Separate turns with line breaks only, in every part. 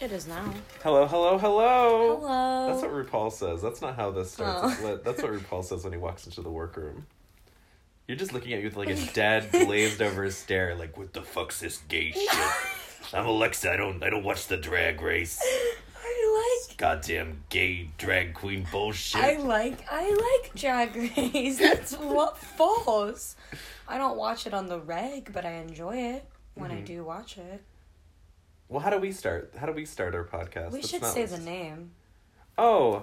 It is now.
Hello, hello, hello.
Hello.
That's what RuPaul says. That's not how this starts.
Oh.
That's what RuPaul says when he walks into the workroom. You're just looking at you with like a dead, glazed over stare, like what the fuck's this gay shit? I'm Alexa. I don't. I don't watch the drag race.
I like.
Goddamn gay drag queen bullshit.
I like. I like Drag Race. That's what falls. I don't watch it on the reg, but I enjoy it when
Mm-hmm.
I do watch it.
Well, how do we start? How do we start our podcast?
We
That's
should
not
say
what's-
the name.
Oh,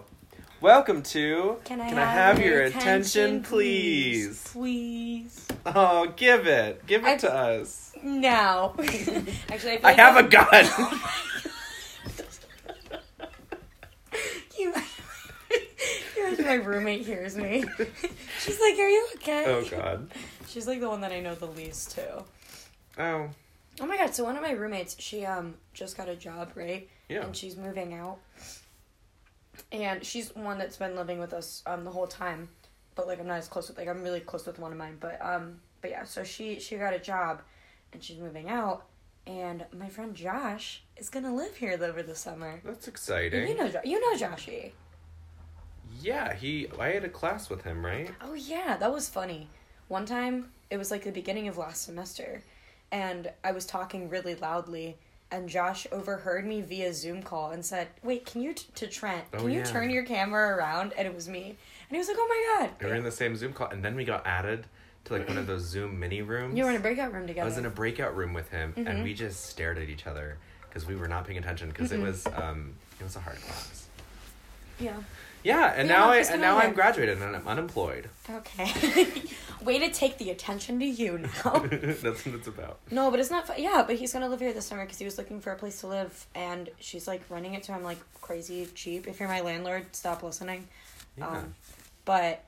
welcome to.
Can I,
have, your, attention, please?
Please.
Oh, give it, give it
I-
to us.
Now. Actually, I, feel
I
like
have a
I'm- Oh
gun.
You. Here's my roommate hears me. She's like, "Are you okay?"
oh God.
She's like the one that I know the least too.
Oh.
Oh my god, so one of my roommates, she um just got a job, right?
Yeah.
And she's moving out. And she's one that's been living with us um the whole time. But like I'm not as close with like I'm really close with one of mine, but um but yeah, so she she got a job and she's moving out and my friend Josh is going to live here over the summer.
That's exciting.
You know Jo- you know Joshy.
yeah, he. I had a class with him, right?
Oh yeah, that was funny. One time, it was like the beginning of last semester, and I was talking really loudly, and Josh overheard me via Zoom call and said, "Wait, can you t- to Trent?
Oh,
Can you
yeah.
turn your camera around?" And it was me, and he was like, "Oh my
We were in
god!"
the same Zoom call, and then we got added to like one of those Zoom mini rooms.
You were in a breakout room Mm-hmm.
I
together.
was in a breakout room with him, and we just stared at each other because we were not paying attention because
Mm-hmm.
it was um it was a hard class.
yeah.
Yeah, and
Yeah,
now I
just
and
come
now
over.
I'm graduated and I'm unemployed.
Okay. Way to take the attention to you now.
That's what it's about.
No, but it's not. Fu- yeah, but he's gonna live here this summer because he was looking for a place to live, and she's like renting it to him like crazy cheap. If you're my landlord, stop listening.
Yeah.
Um, but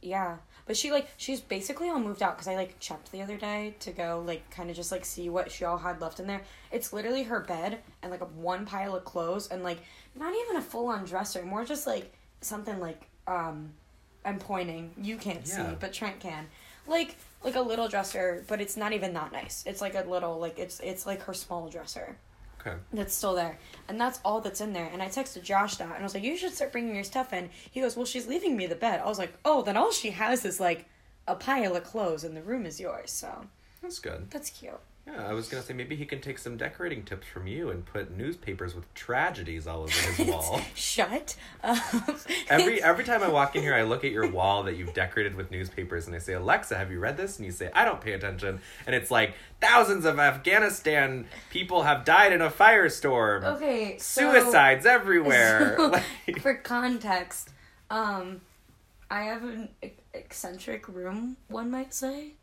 yeah, but she like she's basically all moved out because I like checked the other day to go like kind of just like see what she all had left in there. It's literally her bed and like a one pile of clothes and like not even a full on dresser, more just like something like um I'm pointing. You can't
Yeah.
see, but Trent can. Like like a little dresser, but it's not even that nice. It's like a little like it's it's like her small dresser
Okay.
that's still there. And that's all that's in there. And I texted Josh that and I was like, You should start bringing your stuff in. He goes, Well, she's leaving me the bed. I was like, Oh, then all she has is like a pile of clothes and the room is yours. So
That's good.
that's cute.
Yeah, I was gonna say maybe he can take some decorating tips from you and put newspapers with tragedies all over his wall.
Shut up.
Every every time I walk in here, I look at your wall that you've decorated with newspapers, and I say, "Alexa, have you read this?" And you say, "I don't pay attention." And it's like thousands of Afghanistan people have died in a firestorm.
Okay. so-
Suicides everywhere.
So,
Like-
for context, um, I have an ec- eccentric room, one might say.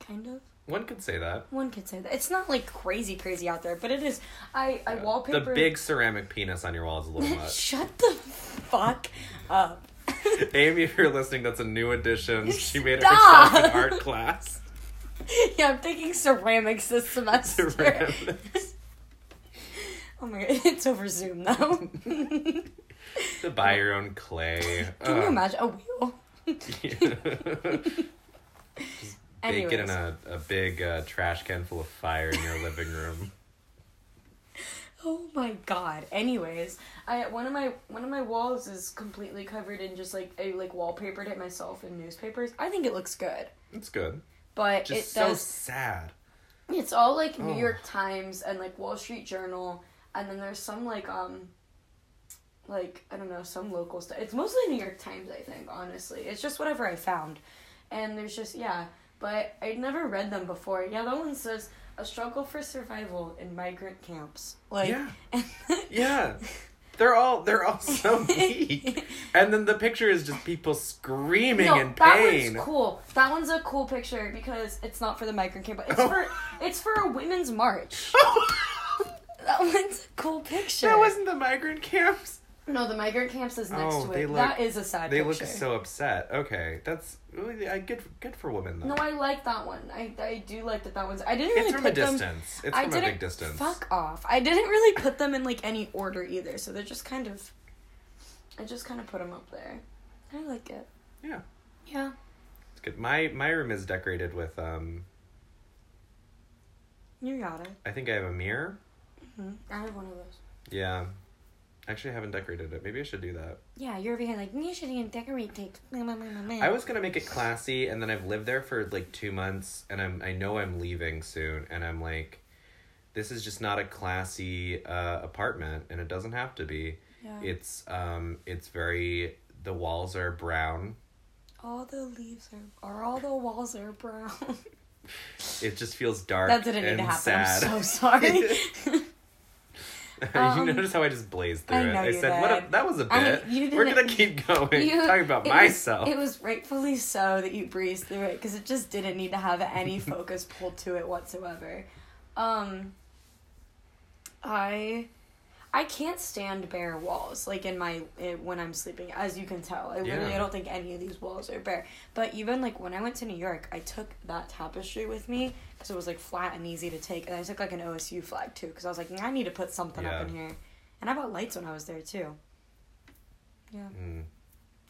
Kind of.
one could say that.
One could say that. It's not like crazy, crazy out there, but it is. I, I wallpaper.
The big ceramic penis on your wall is a little much.
Shut the fuck up.
Amy, if you're listening, that's a new addition. She made it
Stop!
herself an art class.
yeah, I'm taking ceramics this semester.
Ceramics.
oh my god, it's over Zoom though. Can
To buy your own
you
clay. Ugh.
imagine Oh, a wheel?
Bake it
Anyways.
in a, a big uh, trash can full of fire in your living room.
Oh my god. Anyways, I one of my one of my walls is completely covered in just like I like wallpapered it myself in newspapers. I think it looks good.
It's good.
But
Just
it
so
does
sad.
It's all like New
Oh.
York Times and like Wall Street Journal, and then there's some like um, like I don't know some local stuff. It's mostly New York Times, I think. Honestly, it's just whatever I found, and there's just yeah. But I'd never read them before. Yeah, that one says a struggle for survival in migrant camps. Like
Yeah. Yeah. They're all they're all so weak. and then the picture is just people screaming
No,
in
that
pain.
one's cool. That one's a cool picture because it's not for the migrant camp, but it's
Oh.
for it's for a women's march. That one's a cool picture.
that wasn't the migrant camps.
No, the migrant camps is next
Oh,
to
they
it.
look-
that is a sad
They
picture.
look so upset. Okay, that's ooh, I good good for women though.
No, I like that one. I, I do like that that one's. I didn't really
it's from a
put them.
distance. It's
I
from a
didn't
big distance.
fuck off. I didn't really put them in like any order either, so they're just kind of. I just kind of put them up there. I like it.
Yeah.
Yeah.
It's good. My my room is decorated with um
You got it.
I think I have a mirror.
I have one of those.
Yeah. Actually, I haven't decorated it. Maybe I should do that.
Yeah, you're over here like, you shouldn't decorate things.
I was gonna make it classy, and then I've lived there for like two months, and I'm I know I'm leaving soon, and I'm like, this is just not a classy uh, apartment, and it doesn't have to be.
Yeah.
It's um, it's very. The walls are brown.
all the leaves are, or all the walls are brown.
It just feels dark.
that didn't need
and
to happen.
Sad.
I'm so sorry. Um,
you notice how I just blazed through
I
it.
know
I
you
said, "What? A,
did.
that was a
I mean,
bit."
you
We're
didn't-
gonna keep going.
You-
talking about
it was-
myself.
it was rightfully so that you breezed through it because it just didn't need to have any focus pulled to it whatsoever. Um, I, I can't stand bare walls like in my in, when I'm sleeping, as you can tell. I literally
Yeah.
I don't think any of these walls are bare. But even like when I went to New York, I took that tapestry with me because it was like flat and easy to take, and I took like an OSU flag too because I was like, I need to put something
Yeah.
up in here, and I bought lights when I was there too. Yeah.
Mm.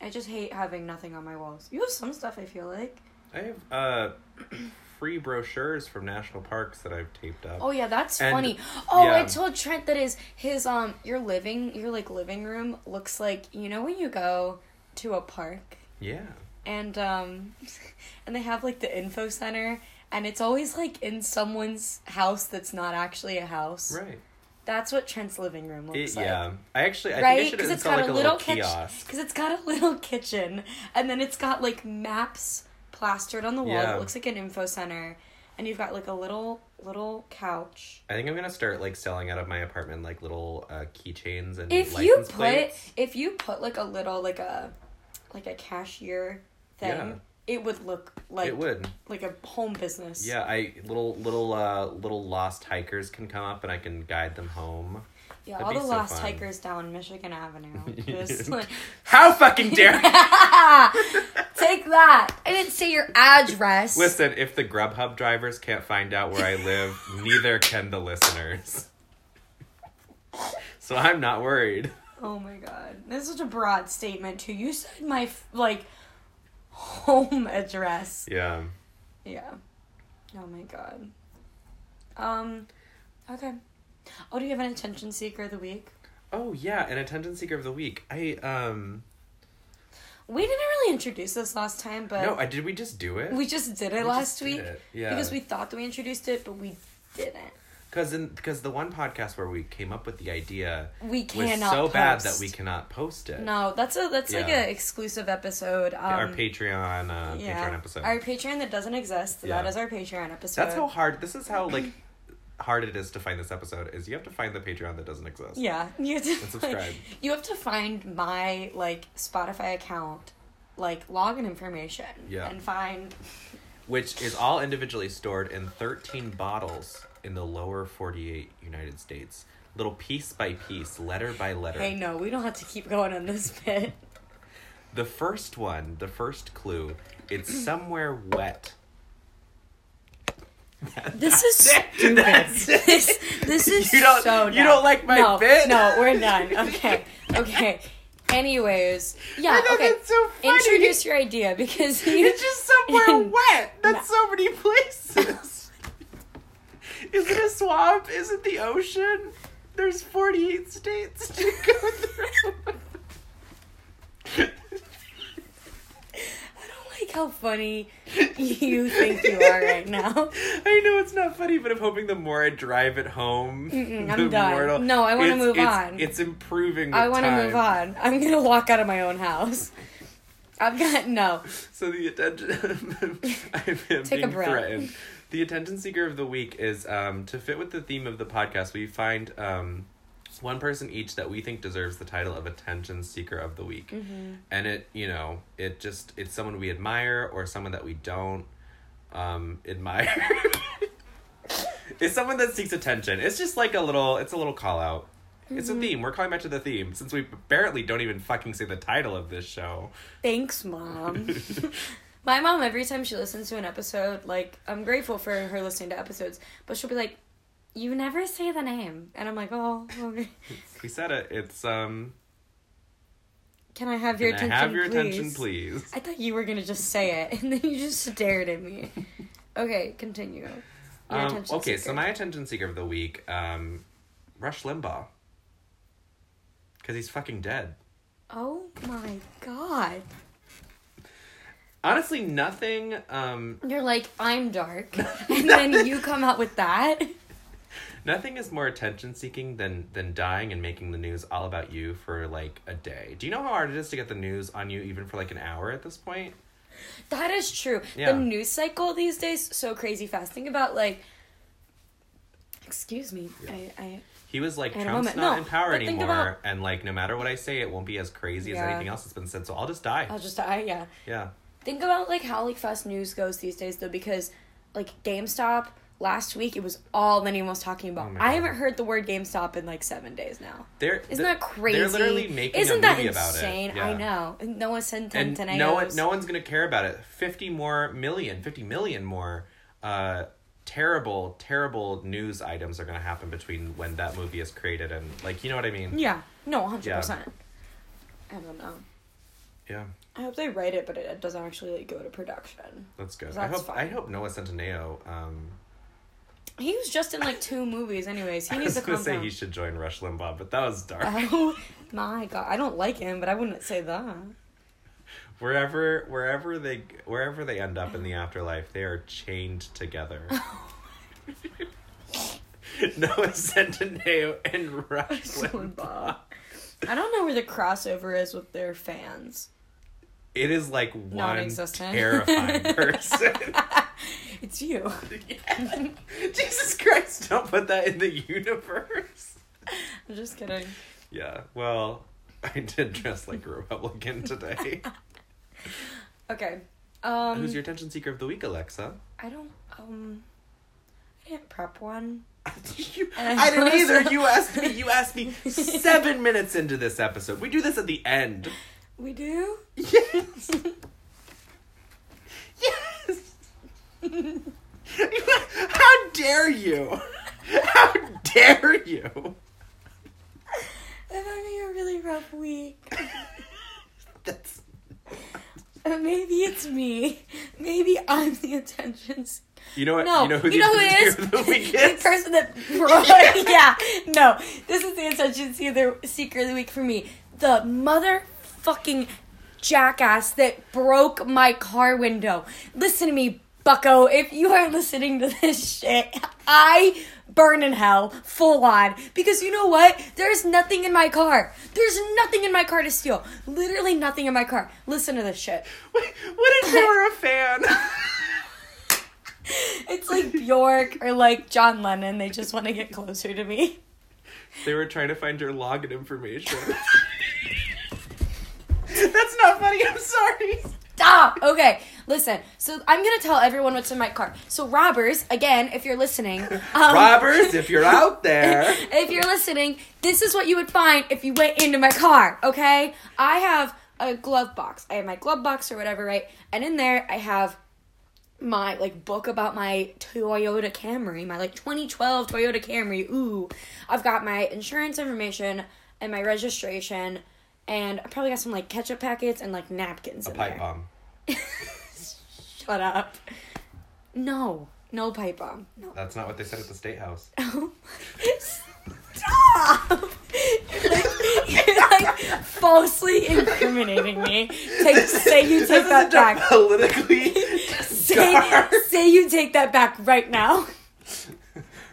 I just hate having nothing on my walls. You have some stuff I feel like.
I have uh, free brochures from national parks that I've taped up.
Oh yeah, that's
And-
funny. Oh, I
yeah.
told Trent that his his um your living your like living room looks like you know when you go to a park
Yeah.
and um and they have like the info center and it's always like in someone's house that's not actually a house.
Right.
That's what Trent's living room looks
It,
like.
yeah. I actually I
right?
think I should
Because it's
install
got
like
a
little,
little kitchen.
kiosk.
Because it's got a little kitchen, and then it's got like maps plastered on the wall.
Yeah.
It looks like an info center, and you've got like a little little couch.
I think I'm gonna start like selling out of my apartment like little uh, keychains and
If you
license
put
plates.
if you put like a little like a like a cashier thing,
Yeah.
it would look like
it would.
like a home business.
Yeah, I little little uh little lost hikers can come up and I can guide them home.
yeah.
That'd
All
be
the
so
lost
fun.
hikers down Michigan Avenue. Just like
How fucking dare
take that. I didn't say your address.
Listen, if the Grubhub drivers can't find out where I live, neither can the listeners. So I'm not worried.
Oh my god. That's such a broad statement too. You said my f- like home address.
Yeah.
Yeah. Oh my god. Um okay. Oh, do you have an attention seeker of the week?
Oh yeah, an attention seeker of the week. I um
We didn't really introduce this last time, but
no, I did we just do it?
Uh, we just did it
We
last
just did
week
it, Yeah.
because we thought that we introduced it, but we didn't.
Because in because the one podcast where we came up with the idea
We
was
cannot
so bad that
post.
we cannot post it.
No, that's a that's like
Yeah.
an exclusive episode. Um,
Our Patreon uh, Patreon episode.
Our Patreon that doesn't exist.
Yeah.
That is our Patreon episode.
That's how hard. This is how like hard it is to find this episode. Is you have to find the Patreon that doesn't exist.
Yeah, you have to
subscribe.
you have to find my like Spotify account, like login information.
Yeah.
And find
Which is all individually stored in thirteen bottles in the lower forty-eight United States. Little piece by piece, letter by letter.
hey no, we don't have to keep going on this bit.
The first one, the first clue, it's somewhere wet.
This is stupid.
That's it.
This this is
You don't-
so
you
dumb.
don't like my
no,
bit?
No, we're done. Okay. Okay. Anyways, yeah,
I thought
okay.
that's so funny.
Introduce your idea because you
It's just somewhere wet. That's so many places. Is it a swamp? Is it the ocean? There's 48 states to go through.
I don't like how funny you think you are right now.
I know it's not funny, but I'm hoping the more I drive it home,
Mm-mm,
the
I'm done.
more it'll-
No, I wanna
it's-
move
it's-
on.
It's improving. With
I want to
time.
move on. I'm gonna walk out of my own house. I've got no.
So the attention I'm
Take a
being
breath.
threatened. The attention seeker of the week is um, to fit with the theme of the podcast. We find um, one person each that we think deserves the title of attention seeker of the week,
Mm-hmm.
and it you know it just it's someone we admire or someone that we don't um, admire. it's someone that seeks attention. It's just like a little. It's a little call out. It's a
Mm-hmm.
theme. We're calling back to the theme since we apparently don't even fucking say the title of this show.
Thanks, mom. my mom, every time she listens to an episode, like I'm grateful for her listening to episodes, but she'll be like, "You never say the name," and I'm like, "Oh, okay.
We said it. It's um.
can I have your
Can
attention?
I have your
please?
attention, please.
I thought you were gonna just say it, and then you just stared at me. Okay, continue. Your
Um,
attention
okay, so
seeker.
my attention seeker of the week um, Rush Limbaugh. Because he's fucking dead.
Oh my god.
Honestly, nothing. Um,
You're like, I'm dark. And then you come out with that.
nothing is more attention seeking than than dying and making the news all about you for like a day. Do you know how hard it is to get the news on you even for like an hour at this point?
That is true.
Yeah.
The news cycle these days so crazy fast. Think about like Excuse me. I, I
He was like
In a
Trump's
moment.
not
No,
in power
but think
anymore,
about-
and like no matter what I say, it won't be as crazy as
Yeah. Uh,
anything else that's been said. So I'll just die.
I'll just die, yeah.
yeah,
Think about like how like fast news goes these days though, because like GameStop last week it was all anyone was talking about.
Oh my
I
God.
haven't heard the word GameStop in like seven days now.
they're
Isn't
they're-
that crazy?
They're literally making
Isn't
a
that
movie
insane?
about it. Yeah.
I know. And no one sent ten
and
ten
no one, no one's gonna care about it. Fifty more million, fifty million more. Uh, terrible, terrible news items are gonna happen between when that movie is created and like you know what I mean.
Yeah. No, hundred
Yeah.
percent. I don't know.
Yeah,
I hope they write it, but it, it doesn't actually like, go to production.
that's good. I
That's
hope I
fine.
hope Noah Centineo. Um,
He was just in like two movies, anyways. He
I
needs
was
to
gonna
come
say
home.
he should join Rush Limbaugh, but that was dark.
Oh my god, I don't like him, but I wouldn't say that.
wherever wherever they wherever they end up in the afterlife they are chained together noah centineo and rush limbaugh
I don't know where the crossover is with their fans.
it is like one
Non-existent.
terrifying person
It's you.
Yeah. jesus christ don't put that in the universe
I'm just kidding.
yeah well i did dress like a republican today
Okay. Um
who's your attention seeker of the week alexa
I don't um I didn't prep one.
You-
And
I
I
didn't
also-
either. You asked me. You asked me seven minutes into this episode. We do this at the end.
We do?
Yes. yes. How dare you? How dare you?
I'm having a really rough week.
That's
Uh, maybe it's me. Maybe I'm the attention seeker.
you know what
No,
you know who the
it is?
attention seeker of the week
the
is?
person that yeah. No, this is the attention seeker seeker of the week for me. The motherfucking jackass that broke my car window. Listen to me, Bucko. If you are listening to this shit, I burn in hell full on because you know what? There's nothing in my car. There's nothing in my car to steal. Literally nothing in my car. Listen to this shit.
Wait, what if they were a fan?
It's like Bjork or like John Lennon. They just want to get closer to me.
they were trying to find your login information. That's not funny. I'm sorry.
Stop. Okay, listen. So I'm gonna tell everyone what's in my car. So robbers, again, if you're listening, um,
Robbers, if you're out there.
if you're listening, this is what you would find if you went into my car. Okay, I have a glove box. I have my glove box or whatever, right? And in there, I have my like book about my Toyota Camry, my like 2012 Toyota Camry. Ooh, I've got my insurance information and my registration, and I probably got some like ketchup packets and like napkins. in
Pipe
there.
bomb.
Shut up. No, no pipe bomb. No.
That's not what they said at the state house.
Stop! You're like, you're like falsely incriminating me. Take, say you take that back.
politically
Say, say you take that back right now.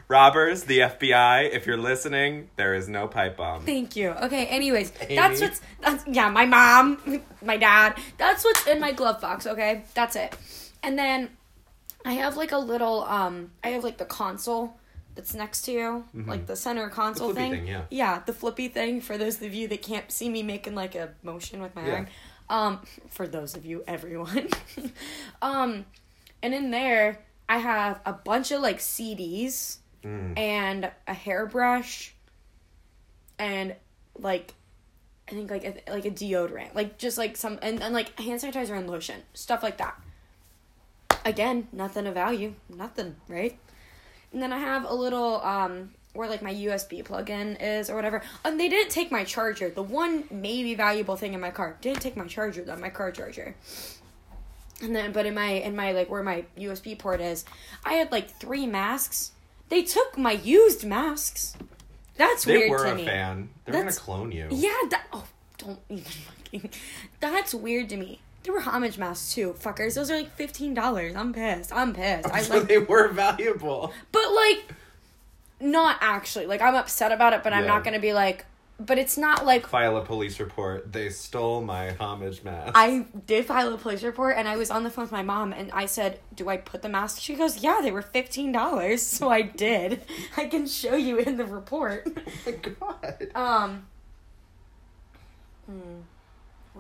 robbers, the FBI. If you're listening, there is no pipe bomb.
Thank you. Okay. Anyways,
Amy?
that's what's that's yeah. My mom, my dad. That's what's in my glove box. Okay, that's it. And then I have like a little um. I have like the console that's next to you, like the center console
flippy
thing.
Mm-hmm. thing, yeah.
Yeah, the flippy thing. For those of you that can't see me making like a motion with my
Yeah.
arm. Um, for those of you, everyone. um, and in there I have a bunch of like CDs and a hairbrush and like I think like a, like a deodorant, like just like some and, and like hand sanitizer and lotion, stuff like that. Again, nothing of value, nothing, right? And then I have a little um where like my USB plug-in is or whatever. And they didn't take my charger. The one maybe valuable thing in my car didn't take my charger, though my car charger. And then, but in my in my like where my USB port is, I had like three masks. They took my used masks. That's
They
weird
were
to
a
me.
fan. They were gonna
That's-
clone you.
Yeah, that. Oh, don't even fucking. That's weird to me. There were homage masks too, fuckers. Those are like fifteen dollars. I'm pissed. I'm pissed. I
so
like,
they were valuable.
but like, not actually. Like, I'm upset about it, but I'm
Yeah.
not gonna be like. But it's not like
File a police report. They stole my homage mask.
I did file a police report, and I was on the phone with my mom, and I said, "Do I put the mask?" She goes, "Yeah, they were fifteen dollars, so I did. I can show you in the report."
my god.
Um.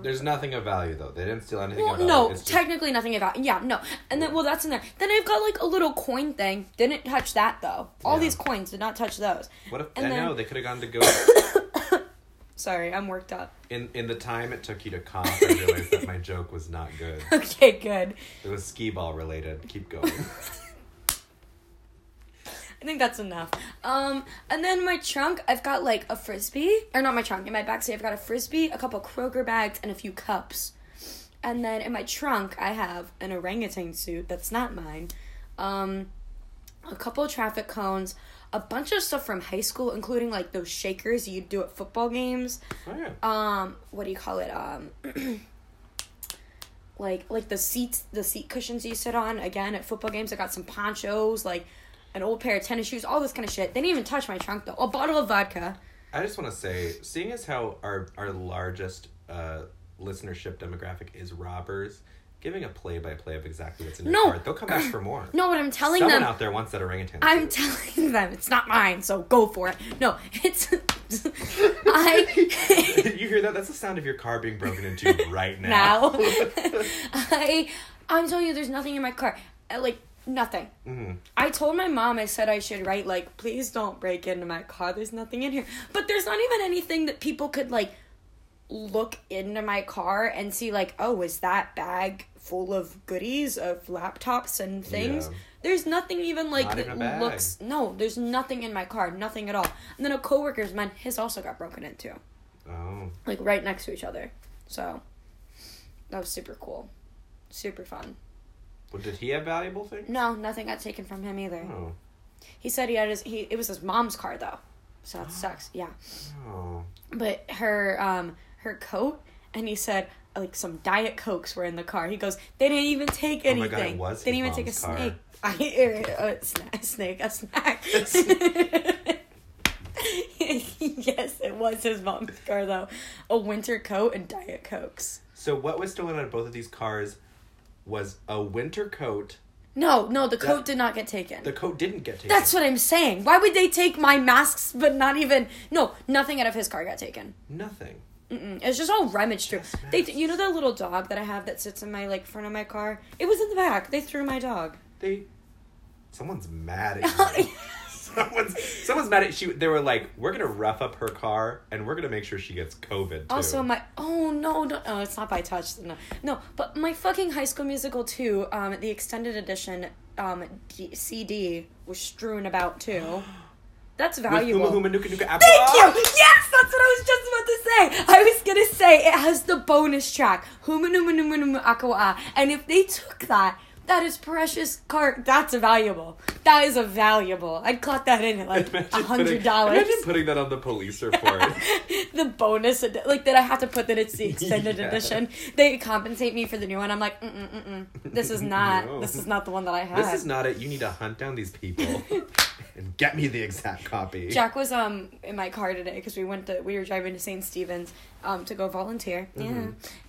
There's nothing of value though. They didn't steal anything
Well,
of value.
no,
It's just-
technically nothing about. Yeah, no, and then well, that's in there. Then I've got like a little coin thing. Didn't touch that though. All
Yeah.
these coins did not touch those.
what if
and
I
then-
know they could have gone to go
Sorry, I'm worked up.
in in the time it took you to cough. I realized that my joke was not good.
Okay, good.
It was skee ball related. Keep going.
I think that's enough. Um, and then my trunk, I've got like a frisbee, or not my trunk. In my backseat, I've got a frisbee, a couple Kroger bags, and a few cups. And then in my trunk, I have an orangutan suit that's not mine, um, a couple traffic cones, a bunch of stuff from high school, including like those shakers you'd do at football games.
Oh, yeah.
Um, what do you call it? Um, like like the seats, the seat cushions you sit on. Again, at football games, I got some ponchos, like an old pair of tennis shoes, all this kind of shit. They didn't even touch my trunk though. A bottle of vodka.
I just want to say, seeing as how our our largest uh, listenership demographic is robbers, giving a play by play of exactly what's in your
No.
card, they'll come back for more.
No, but I'm telling
Someone
them.
out there wants that orangutan.
I'm
suit.
telling them it's not mine, so go for it. No, it's I
you hear that? That's the sound of your car being broken into right now.
now. I I'm telling you, there's nothing in my car. Uh, Like nothing.
Mhm.
I told my mom I said I should write like please don't break into my car. There's nothing in here. But there's not even anything that people could like look into my car and see like oh is that bag full of goodies of laptops and things.
Yeah.
There's nothing even like
Not
that
even a bag.
looks no. There's nothing in my car. Nothing at all. And then a coworker's mine. His also got broken into
Oh,
like right next to each other. So that was super cool. Super fun.
well, did he have valuable things?
No, nothing got taken from him either.
Oh,
He said he had his he it was his mom's car though. So that sucks. Yeah.
oh,
But her um her coat and he said like some diet cokes were in the car. He goes, "They didn't even take
Oh my
anything.
God, it was
they didn't
his
even take a
mom's car.
snake. I a sna- snake, a snack."
A snack.
yes, it was his mom's car though. A winter coat and diet cokes.
So what was stolen out of both of these cars was a winter coat.
No, no, the coat
That-
did not get taken.
The coat didn't get taken.
That's what I'm saying. Why would they take my masks, but not even no, nothing out of his car got taken.
nothing.
Mm-mm. It's just all rummaged through.
Just
They,
masks.
you know, that little dog that I have that sits in my like front of my car. It was in the back. They threw my dog.
They, someone's mad at you. someone's someone's mad at you. They were like, we're gonna rough up her car and we're gonna make sure she gets COVID too.
Also, my oh no, no, no, it's not by touch. No, no, but my fucking High School Musical two, um, the extended edition, um, D- CD was strewn about too. That's
With
valuable.
Huma Huma Nuka Nuka Apple.
Thank you. Yes, that's what I was just about to say. I was gonna say it has the bonus track "Humanumanumanumu Akawa," and if they took that, that is precious card. That's a valuable. That is a valuable. I'd clock that in at like a
Imagine
hundred
putting-
dollars.
Imagine putting that on the police report.
the bonus, edi- like that, I have to put that it's the extended
Yeah.
edition. They compensate me for the new one. I'm like, mm mm mm mm. This is not.
No.
This is not the one that I had.
this is not it. You need to hunt down these people and get me the exact copy.
Jack was um in my car today because we went to we were driving to St. Stephen's um to go volunteer.
Mm-hmm.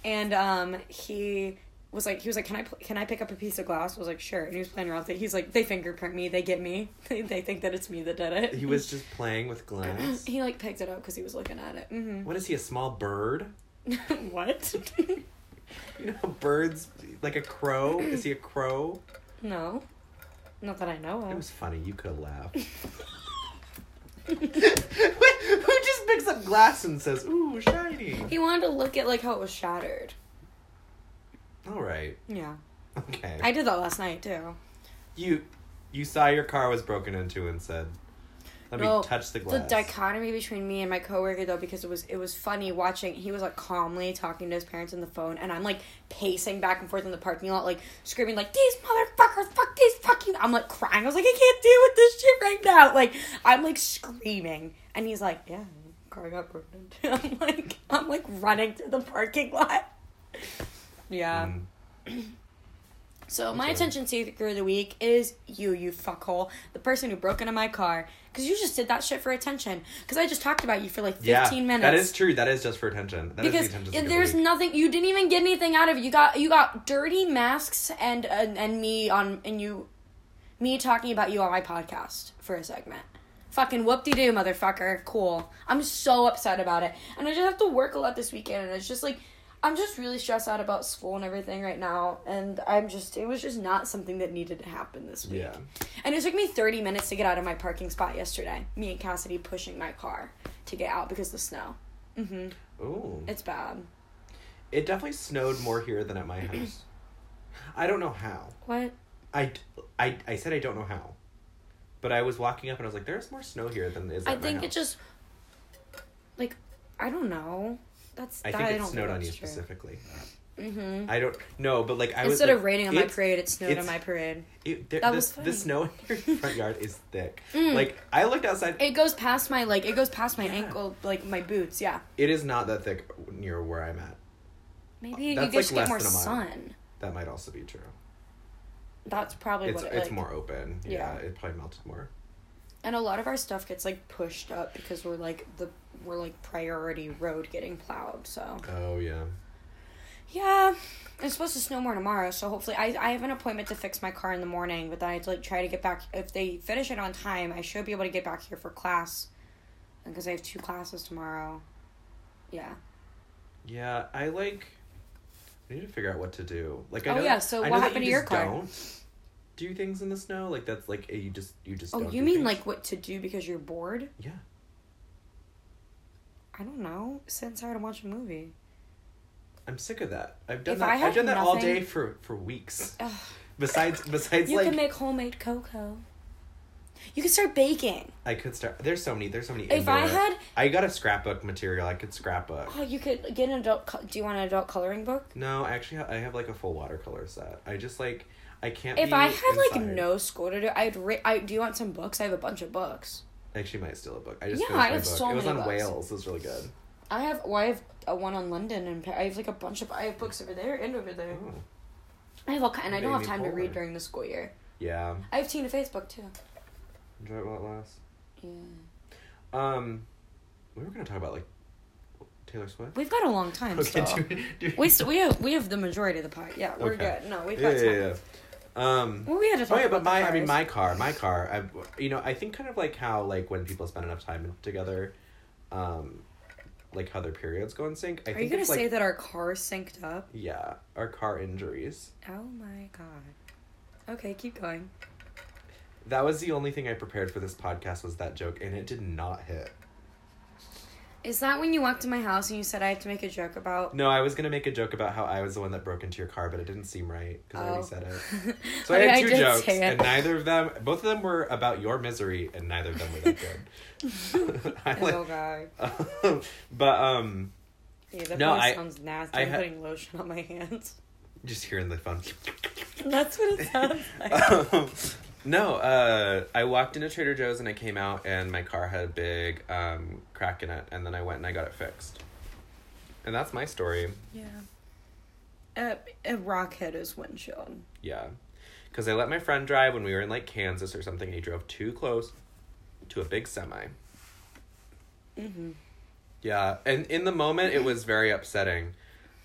Yeah, and um he was like he was like can I pl- can I pick up a piece of glass? I was like sure, and he was playing around. With it. He's like they fingerprint me, they get me, they, they think that it's me that did it.
He was just playing with glass.
he like picked it up because he was looking at it. Mm-hmm. hmm
What is he? A small bird?
what?
You know, birds like a crow. Is he a crow?
no, not that I know
It
of.
was funny. You could laugh. Who just picks up glass and says, "Ooh, shiny"?
he wanted to look at like how it was shattered.
All right.
Yeah,
Okay.
I did that last night too.
you you saw your car was broken into and said, "Let
No,
me touch the
the
glass."
dichotomy between me and my coworker though because it was it was funny watching he was like calmly talking to his parents on the phone and i'm like pacing back and forth in the parking lot like screaming like these motherfuckers fuck these fucking i'm like crying i was like i can't deal with this shit right now like i'm like screaming And he's like, yeah, car got broken into. I'm like, I'm like running to the parking lot. Yeah.
Mm.
So my
Okay.
attention seeker of the week is you, you fuckhole, the person who broke into my car. Cause you just did that shit for attention. Cause I just talked about you for like fifteen
yeah,
minutes.
That is true. That is just for attention. That is
because
the attention
if
seeker
there's
belief.
nothing you didn't even get anything out of it you got you got dirty masks and and, and me on and you me talking about you on my podcast for a segment fucking whoop-de-doo motherfucker cool i'm so upset about it and i just have to work a lot this weekend and it's just like i'm just really stressed out about school and everything right now and i'm just it was just not something that needed to happen this week
Yeah.
and it took me 30 minutes to get out of my parking spot yesterday me and cassidy pushing my car to get out because of the snow mm-hmm
Ooh.
it's bad
It definitely snowed more here than at my house. I don't know how.
What?
I, I, I said I don't know how. But I was walking up and I was like, there's more snow here than is at
I
my
think
house.
it just like I don't know. That's
I
that,
think it
don't
snowed on you
that's true.
specifically.
Mhm.
I don't know, but like I was
Instead
like,
of raining on my
it's-
parade, it snowed on
it's-
my parade.
It, there,
That
the,
was
the
funny. Mm.
snow in your front yard is thick. Like I looked outside,
It goes past my like it goes past my
Yeah.
ankle like my boots. Yeah,
it is not that thick near where I'm at.
maybe you
That's,
guys
like,
should get more
less than a mile.
sun.
That might also be true.
That's probably
it's
what it,
it's
like,
more open. Yeah.
Yeah.
it probably melted more.
And a lot of our stuff gets like pushed up because we're like the we're like priority road getting plowed. So
Oh yeah.
Yeah, it's supposed to snow more tomorrow, so hopefully I I have an appointment to fix my car in the morning, but then I have to like try to get back if they finish it on time, I should be able to get back here for class because I have two classes tomorrow. Yeah.
Yeah, I like. I need to figure out what to do. Like I
Oh,
know.
yeah, so
I know
what
that
happened
you
to your
just
car?
Don't do things in the snow. Like that's like you just you just.
Oh,
don't
you
do
mean
things.
like what to do because you're bored?
Yeah.
I don't know. Sit inside and watch a movie.
I'm sick of that. I've done
If
that.
I
I've
had
done that all
nothing-
day for for weeks.
Ugh.
Besides besides
You
like
can make homemade cocoa. You can start baking.
I could start. There's so many. There's so many.
If I
indoor-
had-
I got a scrapbook material. I could scrapbook.
Oh, you could get an adult. Co- do you want an adult coloring book?
No, I actually, ha- I have like a full watercolor set. I just like, I can't.
If
be
I had like
inside.
no school to do, I'd. Ri- I do you want some books? I have a bunch of books.
Actually, might steal a book. I just
Yeah,
finished
I
my
have
book.
so
It was
many
on
books.
Wales. It was really good.
I have. Well, I have a one on London, and Pa- I have like a bunch of. I have books over there and over there.
Oh,
I have all kind, and I don't have
Maybe
time to
more.
read during the school year.
yeah.
I have Tina Fey's book too.
Enjoy it while it lasts.
Yeah,
Um, we were gonna talk about like Taylor Swift.
we've got a long time. still.
do- do-
we st- we have we have the majority of the pot. Yeah, we're
Okay.
good. No, we've
yeah,
got
yeah,
time.
yeah. Um.
Well, we had to talk
Oh yeah,
about
but
the
my I mean
cars.
my car, my car. I you know I think kind of like how like when people spend enough time together, um, like how their periods go in sync. I
Are you
think
gonna
it's
say
like,
that our car synced up?
Yeah, our car injuries.
Oh my god. Okay, keep going.
That was the only thing I prepared for this podcast was that joke, and it did not hit.
Is that when you walked to my house and you said I had to make a joke about?
No, I was gonna make a joke about how I was the one that broke into your car, but it didn't seem right because I
Oh.
already said it. So I
Okay,
had two
did
jokes,
say it.
and neither of them, both of them were about your misery, and neither of them were that good. I
Oh
like,
god.
but um,
Yeah, that
No,
probably
I-
sounds nasty.
I
I'm
ha-
putting lotion on my hands.
just hearing the phone.
That's what it sounds like.
Um, no, uh, I walked into Trader Joe's and I came out and my car had a big um, crack in it, and then I went and I got it fixed. And that's my story.
Yeah. A, a rock hit his windshield.
Yeah, because I let my friend drive when we were in like Kansas or something. And he drove too close to a big semi.
Mm-hmm.
Yeah, and in the moment it was very upsetting,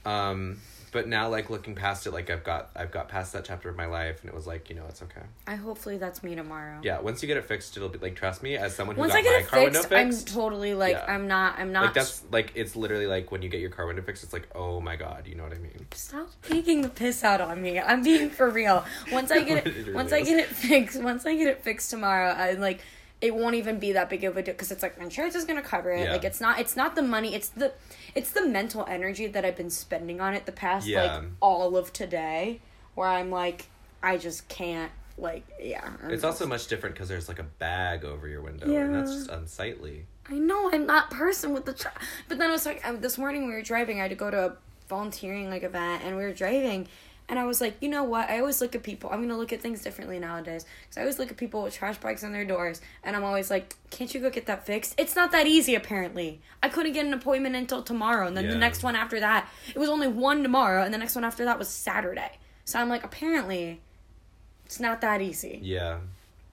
um, but now like looking past it, like I've got I've got past that chapter of my life, and it was like you know it's okay.
I hopefully that's me tomorrow.
Yeah, once you get it fixed, it'll be like trust me as someone who
Once
got
I get
my
it
car
fixed,
window fixed.
I'm totally like
Yeah.
I'm not. I'm not.
like that's like it's literally like when you get your car window fixed, it's like oh my god, you know what I mean?
Stop taking the piss out on me. I'm being for real. Once I get
It
it,
really
once I
is.
get it fixed, once I get it fixed tomorrow, I like it won't even be that big of a deal because it's like my insurance is gonna cover it.
Yeah.
Like it's not. It's not the money. It's the, it's the mental energy that I've been spending on it the past
Yeah.
like all of today, where I'm like I just can't like yeah. I'm
It's also much different because there's like a bag over your window, and that's
Yeah.
just unsightly.
I know I'm that person with the. Tra- but then I was like, I, this morning we were driving. I had to go to a volunteering like event, and we were driving, And I was like, you know what? I always look at people. I'm gonna look at things differently nowadays because I always look at people with trash bags on their doors, and I'm always like, can't you go get that fixed? It's not that easy apparently. I couldn't get an appointment until tomorrow, and then the
Yeah.
next one after that, it was only one tomorrow, and the next one after that was Saturday. So I'm like, apparently, it's not that easy.
Yeah.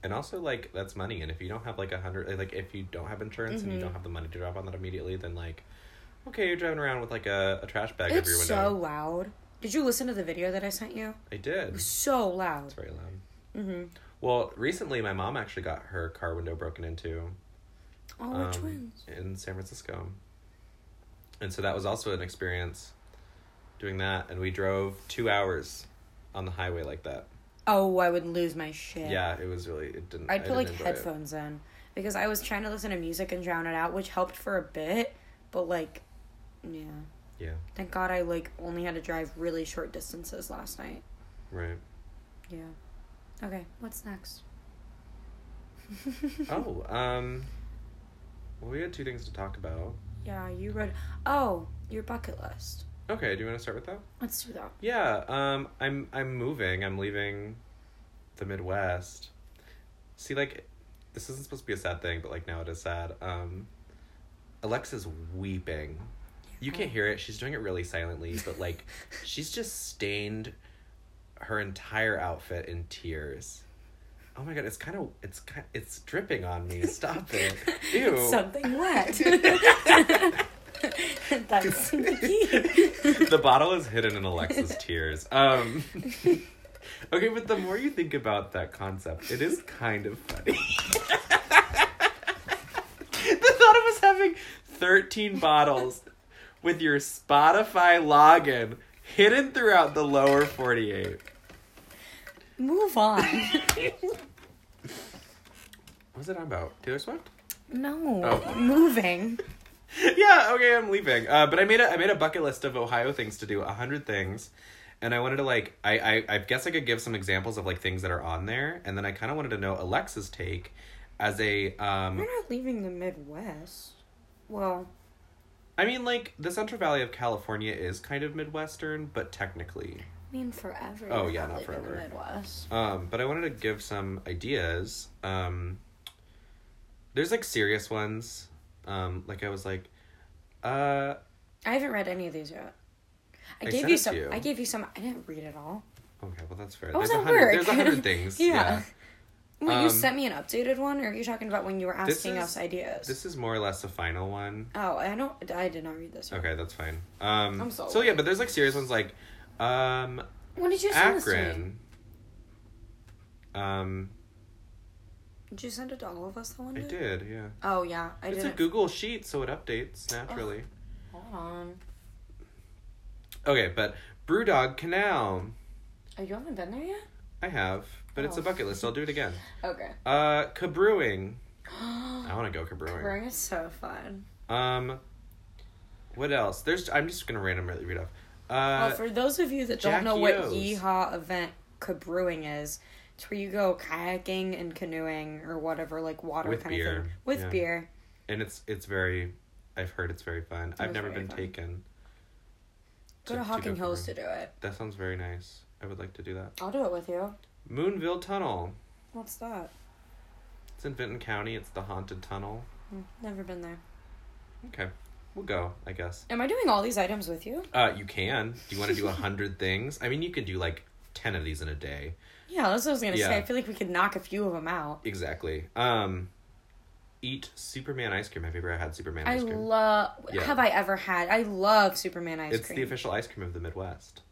And also like that's money and if you don't have like a hundred like if you don't have insurance and you
Mm-hmm.
don't have the money to drop on that immediately, then like okay, you're driving around with like a, a trash bag every
It's
window.
so loud. Did you listen to the video that I sent you?
I did. It's
So loud.
very loud. Mm-hmm. Well, recently my mom actually got her car window broken into
Oh, we're
um,
twins.
in San Francisco. And so that was also an experience doing that and we drove two hours on the highway like that.
Oh, I would lose my shit.
Yeah, it was really it didn't I
I'd put
didn't
like
enjoy it.
headphones in because I was trying to listen to music and drown it out, which helped for a bit, but like, yeah.
Yeah,
Thank God I like only had to drive really short distances last night.
right.
Yeah. Okay, what's next?
oh, um well, we had two things to talk about.
Yeah, you read. Oh, your bucket list.
Okay, do you want to start with that?
Let's do that.
Yeah, um I'm I'm moving. I'm leaving the Midwest. See like this isn't supposed to be a sad thing, but like now it is sad. Um Alexa's weeping. You
Oh.
can't hear it. She's doing it really silently, but like she's just stained her entire outfit in tears. Oh my god, it's kind of it's kind it's dripping on me. Stop it. Ew.
Something wet. That's the key.
the bottle is hidden in Alexa's tears. Um, okay, but the more you think about that concept, it is kind of funny. the thought of us having 13 bottles with your Spotify login hidden throughout the lower 48.
Move on.
What was it on about? Taylor Swift?
No,
Oh.
moving.
yeah, okay, I'm leaving. Uh, but I made a I made a bucket list of Ohio things to do, a hundred things, and I wanted to like I, I I guess I could give some examples of like things that are on there, and then I kind of wanted to know Alexa's take as a um
We're not leaving the Midwest. Well,
I mean like the Central Valley of California is kind of Midwestern, but technically.
I mean forever.
Oh,
you're
yeah, not
living in
forever.
The Midwest.
Um, but I wanted to give some ideas. Um, there's like serious ones. Um, like I was like, uh,
I haven't read any of these yet. I,
I
gave
sent
you
it to
some.
you.
I gave you some. I didn't read it all.
okay, well that's fair.
I was
there's a
at
hundred.
Oh, work.
There's a hundred things.
Yeah.
yeah.
Wait, you
Um,
sent me an updated one, or are you talking about when you were
This
asking
is-
us ideas?
This is more or less the final one.
oh, I don't. I did not read this. One.
Okay, that's fine. Um,
I'm
so
sorry.
yeah, but there's like serious ones like um,
When did you send this to me?
Akron. Um,
Did you send it to all of us that one
I
day?
did, yeah.
Oh yeah, I
it's
did.
a Google sheet, so it updates naturally.
Hold on.
Okay, but Brewdog Canal,
Oh, you haven't been there yet?
I have, but it's a
Oh.
bucket list. I'll do it again.
Okay.
Uh, Cabrewing.
Mm.
I want to go Cabrewing.
Brewing is so fun.
Um, what else? There's. I'm just gonna randomly read off. Uh,
well, for those of you that don't
Jack
know what
Yo's.
Yeehaw event brewing is, it's where you go kayaking and canoeing or whatever, like water
With
kind of thing,
beer.
with
Yeah.
beer.
and it's it's very. I've heard it's very fun. I've
was
never
very
been
fun.
taken.
Go to
To- to
Hocking
go
Hills to
brewing.
do it.
That sounds very nice. I would like to do that.
I'll do it with you.
Moonville Tunnel.
What's that?
It's in Vinton County. It's the haunted tunnel.
Hmm, Never been there.
Okay. We'll go, I guess.
Am I doing all these items with you?
Uh, you can. Do you want to do a hundred things? I mean, you could do like ten of these in a day.
Yeah, that's what I was gonna
Yeah.
say. I feel like we could knock a few of them out.
Exactly. Um, eat Superman ice cream. Have you ever had Superman
I
ice cream?
love.
Yeah.
Have I ever had? I love Superman ice
it's
cream.
the official ice cream of the Midwest.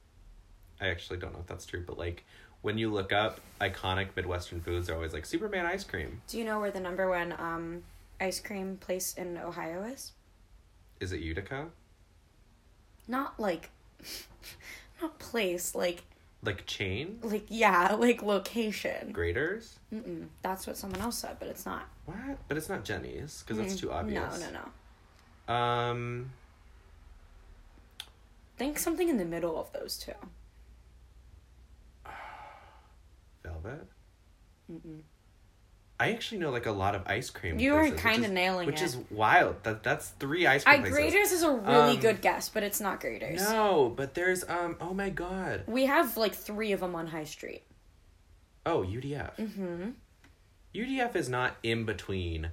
I actually don't know if that's true, but like when you look up iconic Midwestern foods, they're always like Superman ice cream.
do you know where the number one um, ice cream place in Ohio is?
Is it Utica?
Not like, not place. Like
Like chain?
like yeah, like location.
Graders?
Mm-mm. That's what someone else said, but it's not.
What? But it's not Jenny's because that's too obvious.
Mm, No, no, no.
no. Um,
Think something in the middle of those two.
Velvet.
Mm-mm.
I actually know like a lot of ice cream.
You are
places, which
kinda
is-
nailing
which
it.
is wild. That that's three ice cream
I
places.
graders is a really
Um,
good guess, but it's not graders.
No, but there's um. Oh my god.
We have like three of them on High Street.
Oh UDF. Mm-hmm. UDF is not in between.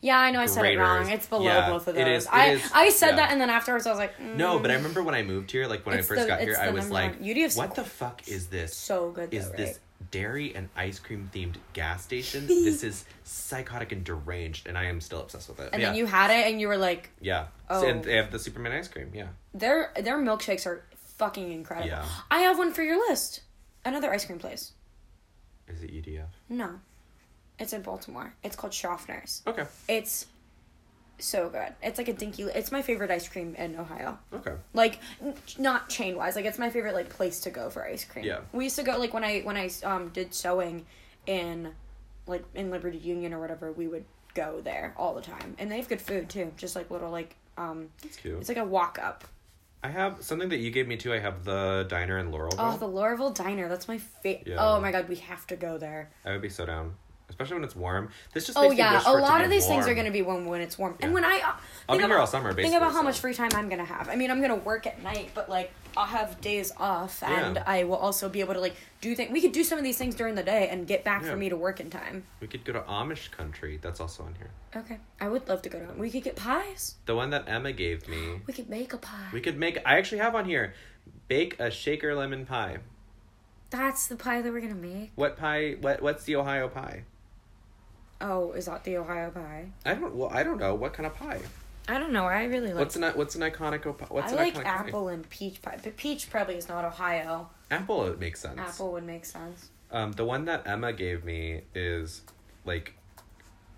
Yeah, I know I said it wrong.
Graders.
It's below
Yeah,
both of
it
those.
is- it
I
is-
I said
yeah.
that and then afterwards I was like, mm,
No, but I remember when I moved here, like when
It's
I first
the-
got here,
it's
I
the
was
number
like,
one. UDF's
"What the fuck is this?
so good
is
though,
this
right?
dairy and ice cream themed gas station? this is psychotic and deranged, and I am still obsessed with it."
And
yeah,
then you had it and you were like,
yeah.
Oh.
and they have the Superman ice cream. Yeah,
their their milkshakes are fucking incredible.
Yeah.
I have one for your list. Another ice cream place.
is it UDF?
No. It's in Baltimore. It's called Schaffner's.
Okay,
It's so good. It's like a dinky it's my favorite ice cream in Ohio.
okay.
like n- not chain wise like it's my favorite like place to go for ice cream
Yeah.
we used to go like when i when i um did sewing in like in liberty union or whatever we would go there all the time and they have good food too just like little like um
It's cute.
it's like a walk up
I have something that you gave me too. I have the diner in Laurelville.
oh the laurelville diner that's my favorite
Yeah.
oh my god we have to go there
I would be so down, especially when it's warm. This just
oh
makes me
yeah
wish
a
for it to
lot
be
of these things are
warm.
gonna be warm when it's warm
Yeah.
and when i uh,
I'll be
think
there
about-
all summer. Basically,
think about how
so.
much free time I'm gonna have. I mean, I'm gonna work at night, but like I'll have days off, and
Yeah.
I will also be able to like do things. We could do some of these things during the day and get back
Yeah.
for me to work in time.
we could go to Amish country. That's also on here.
Okay, I would love to go to. We could get pies.
The one that Emma gave me.
We could make a pie.
We could make. I actually have on here, bake a shaker lemon pie.
That's the pie that we're gonna make.
What pie? What What's the Ohio pie?
Oh, is that the Ohio pie?
I don't. Well, I don't know. What kind of pie?
I don't know. I really like.
What's an What's an iconic? op- What's
I
an
like
iconic
apple and peach pie, but peach probably is not Ohio.
Pie? Apple. It makes sense.
Apple would make sense.
Um, the one that Emma gave me is, like,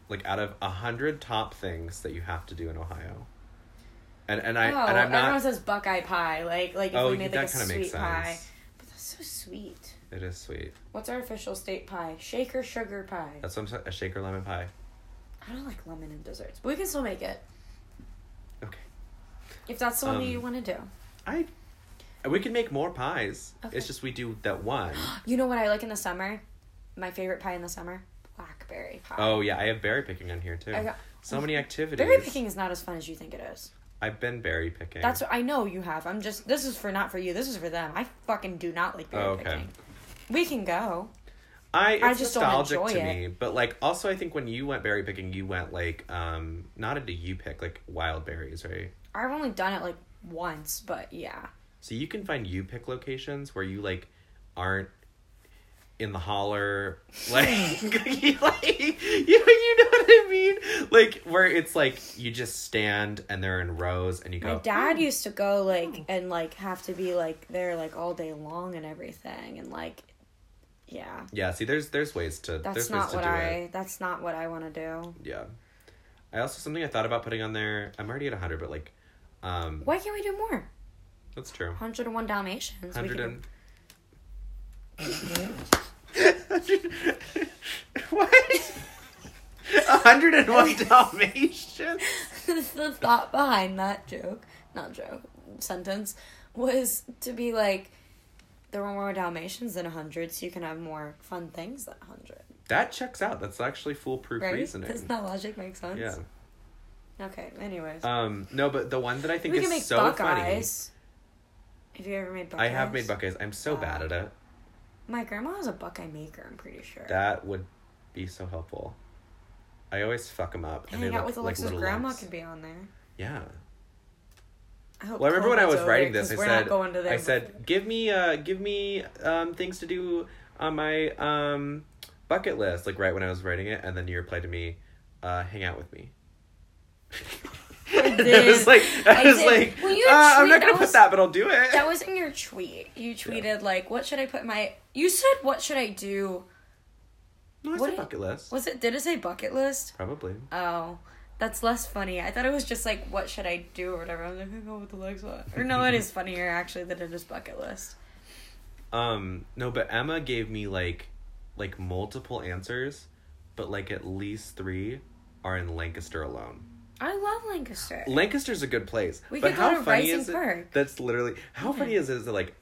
like out of a hundred top things that you have to do in Ohio. And and I
oh,
and I'm
everyone
not.
says Buckeye pie, like like if
Oh,
we
yeah,
made like
that
a
kind of makes
sweet pie.
sense.
But that's so sweet.
It is sweet.
What's our official state pie? Shaker sugar pie.
That's what I'm saying. A shaker lemon pie.
I don't like lemon in desserts, but we can still make it
Okay.
if that's the one that
Um,
you want to do.
I. We can make more pies.
Okay.
It's just we do that one.
You know what I like in the summer? My favorite pie in the summer: blackberry pie.
Oh yeah, I have berry picking on here too.
I got-
so many activities.
berry picking is not as fun as you think it is.
I've been berry picking.
That's what I know you have. I'm just this is for not for you. This is for them. I fucking do not like berry
Oh, okay.
picking. We can go.
I it's
I just don't
nostalgic
enjoy
to
it.
me, but like also I think when you went berry picking, you went like um not into you pick like wild berries, right?
I've only done it like once, but yeah.
So you can find you pick locations where you like aren't in the holler, like, you, like you, you know what I mean? Like where it's like you just stand and they're in rows and you go.
My dad used to go like and like have to be like there like all day long and everything and like yeah.
Yeah, see, there's there's ways to
That's
there's ways
not
to
what
do
I.
it.
That's not what I want to do.
Yeah. I also something I thought about putting on there. I'm already at 100, but like, um,
Why can't we do more?
that's true.
Hundred and one Dalmatians. We
100
could-
and. what? 101 Dalmatians?
the thought behind that joke, not joke, sentence, was to be like, there were more Dalmatians than hundred, so you can have more fun things than hundred.
That checks out. That's actually foolproof
Right?
reasoning.
Does that logic make sense?
yeah.
Okay. Anyways,
Um. No, but the one that I think
we
is
can make
so funny.
buckeyes. Have you ever made
I
buckeyes?
have made buckeyes. I'm so bad at it.
My grandma was a buckeye maker. I'm pretty sure.
That would be so helpful. I always fuck them up.
Hang out
look
with
like
Alexa's
little
grandma
lumps.
could be on there.
Yeah.
I hope
Well, I remember when I
COVID's
was
over,
writing this,
'cause
I
we're
said,
not going to
I
them.
said, give me, uh, give me, um, things to do on my, um, bucket list, like right when I was writing it, and then you replied to me, uh, hang out with me. And I was
did.
like, I,
I
was
did.
like,
Well, you
uh,
had
I'm
tweeted-
not
that
gonna put
was-
that, but I'll do it.
that was in your tweet. You tweeted like, "What should I put my?" You said, "What should I do?"
no, it's
what
a
did-
bucket list.
Was it? Did it say bucket list?
Probably.
Oh, that's less funny. I thought it was just like, "What should I do?" or whatever. I was like, "Hang out with Alexa." Or no, it is funnier actually that it is bucket list.
Um, no, but Emma gave me like, like multiple answers, but like at least three are in Lancaster alone.
I love Lancaster.
Lancaster's a good place.
We
but
could go
how
to
funny
Rising
is it?
Park.
That's literally how funny is it, is that like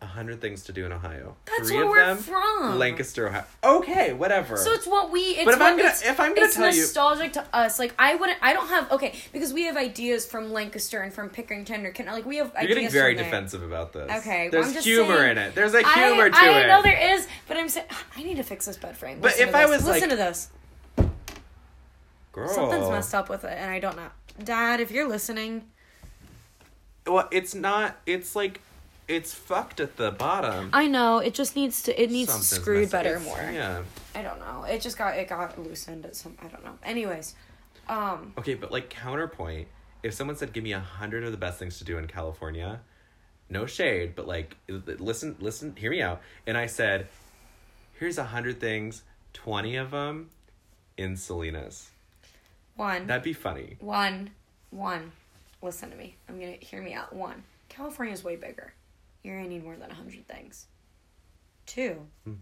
A hundred things to do in Ohio.
That's
Three
where
of
we're
them,
from.
Lancaster, Ohio. Okay, whatever.
So it's what we. It's
But if
what
I'm gonna-
it's,
if I'm gonna
it's
tell you-
nostalgic to us. Like I wouldn't. I don't have okay because we have ideas from Lancaster and from Pickerington or Ken. Like we have.
You're
ideas
getting very
from there.
defensive about this.
Okay, well,
There's
I'm just
humor
saying-
in it. There's a humor
I,
to
I
it.
know there is, but I'm saying I need to fix this bed frame.
But
Listen
if
to
I
this.
was,
listen
like-
to
Oh.
this,
Girl.
something's messed up with it, and I don't know. Dad, if you're listening,
Well, it's not. It's like, it's fucked at the bottom.
I know it just needs to. It needs
Something's
screwed
messed up.
better
It's-
more.
Yeah.
I don't know. It just got it got loosened at some. I don't know. Anyways, um,
Okay, but like counterpoint, if someone said, "Give me a hundred of the best things to do in California," no shade, but like, l- listen, listen, hear me out. And I said, "Here's a hundred things, twenty of them in Salinas."
one.
That'd be funny.
One, one. Listen to me. I'm gonna hear me out. One. California's way bigger. You're gonna need more than hundred things. Two.
Hmm.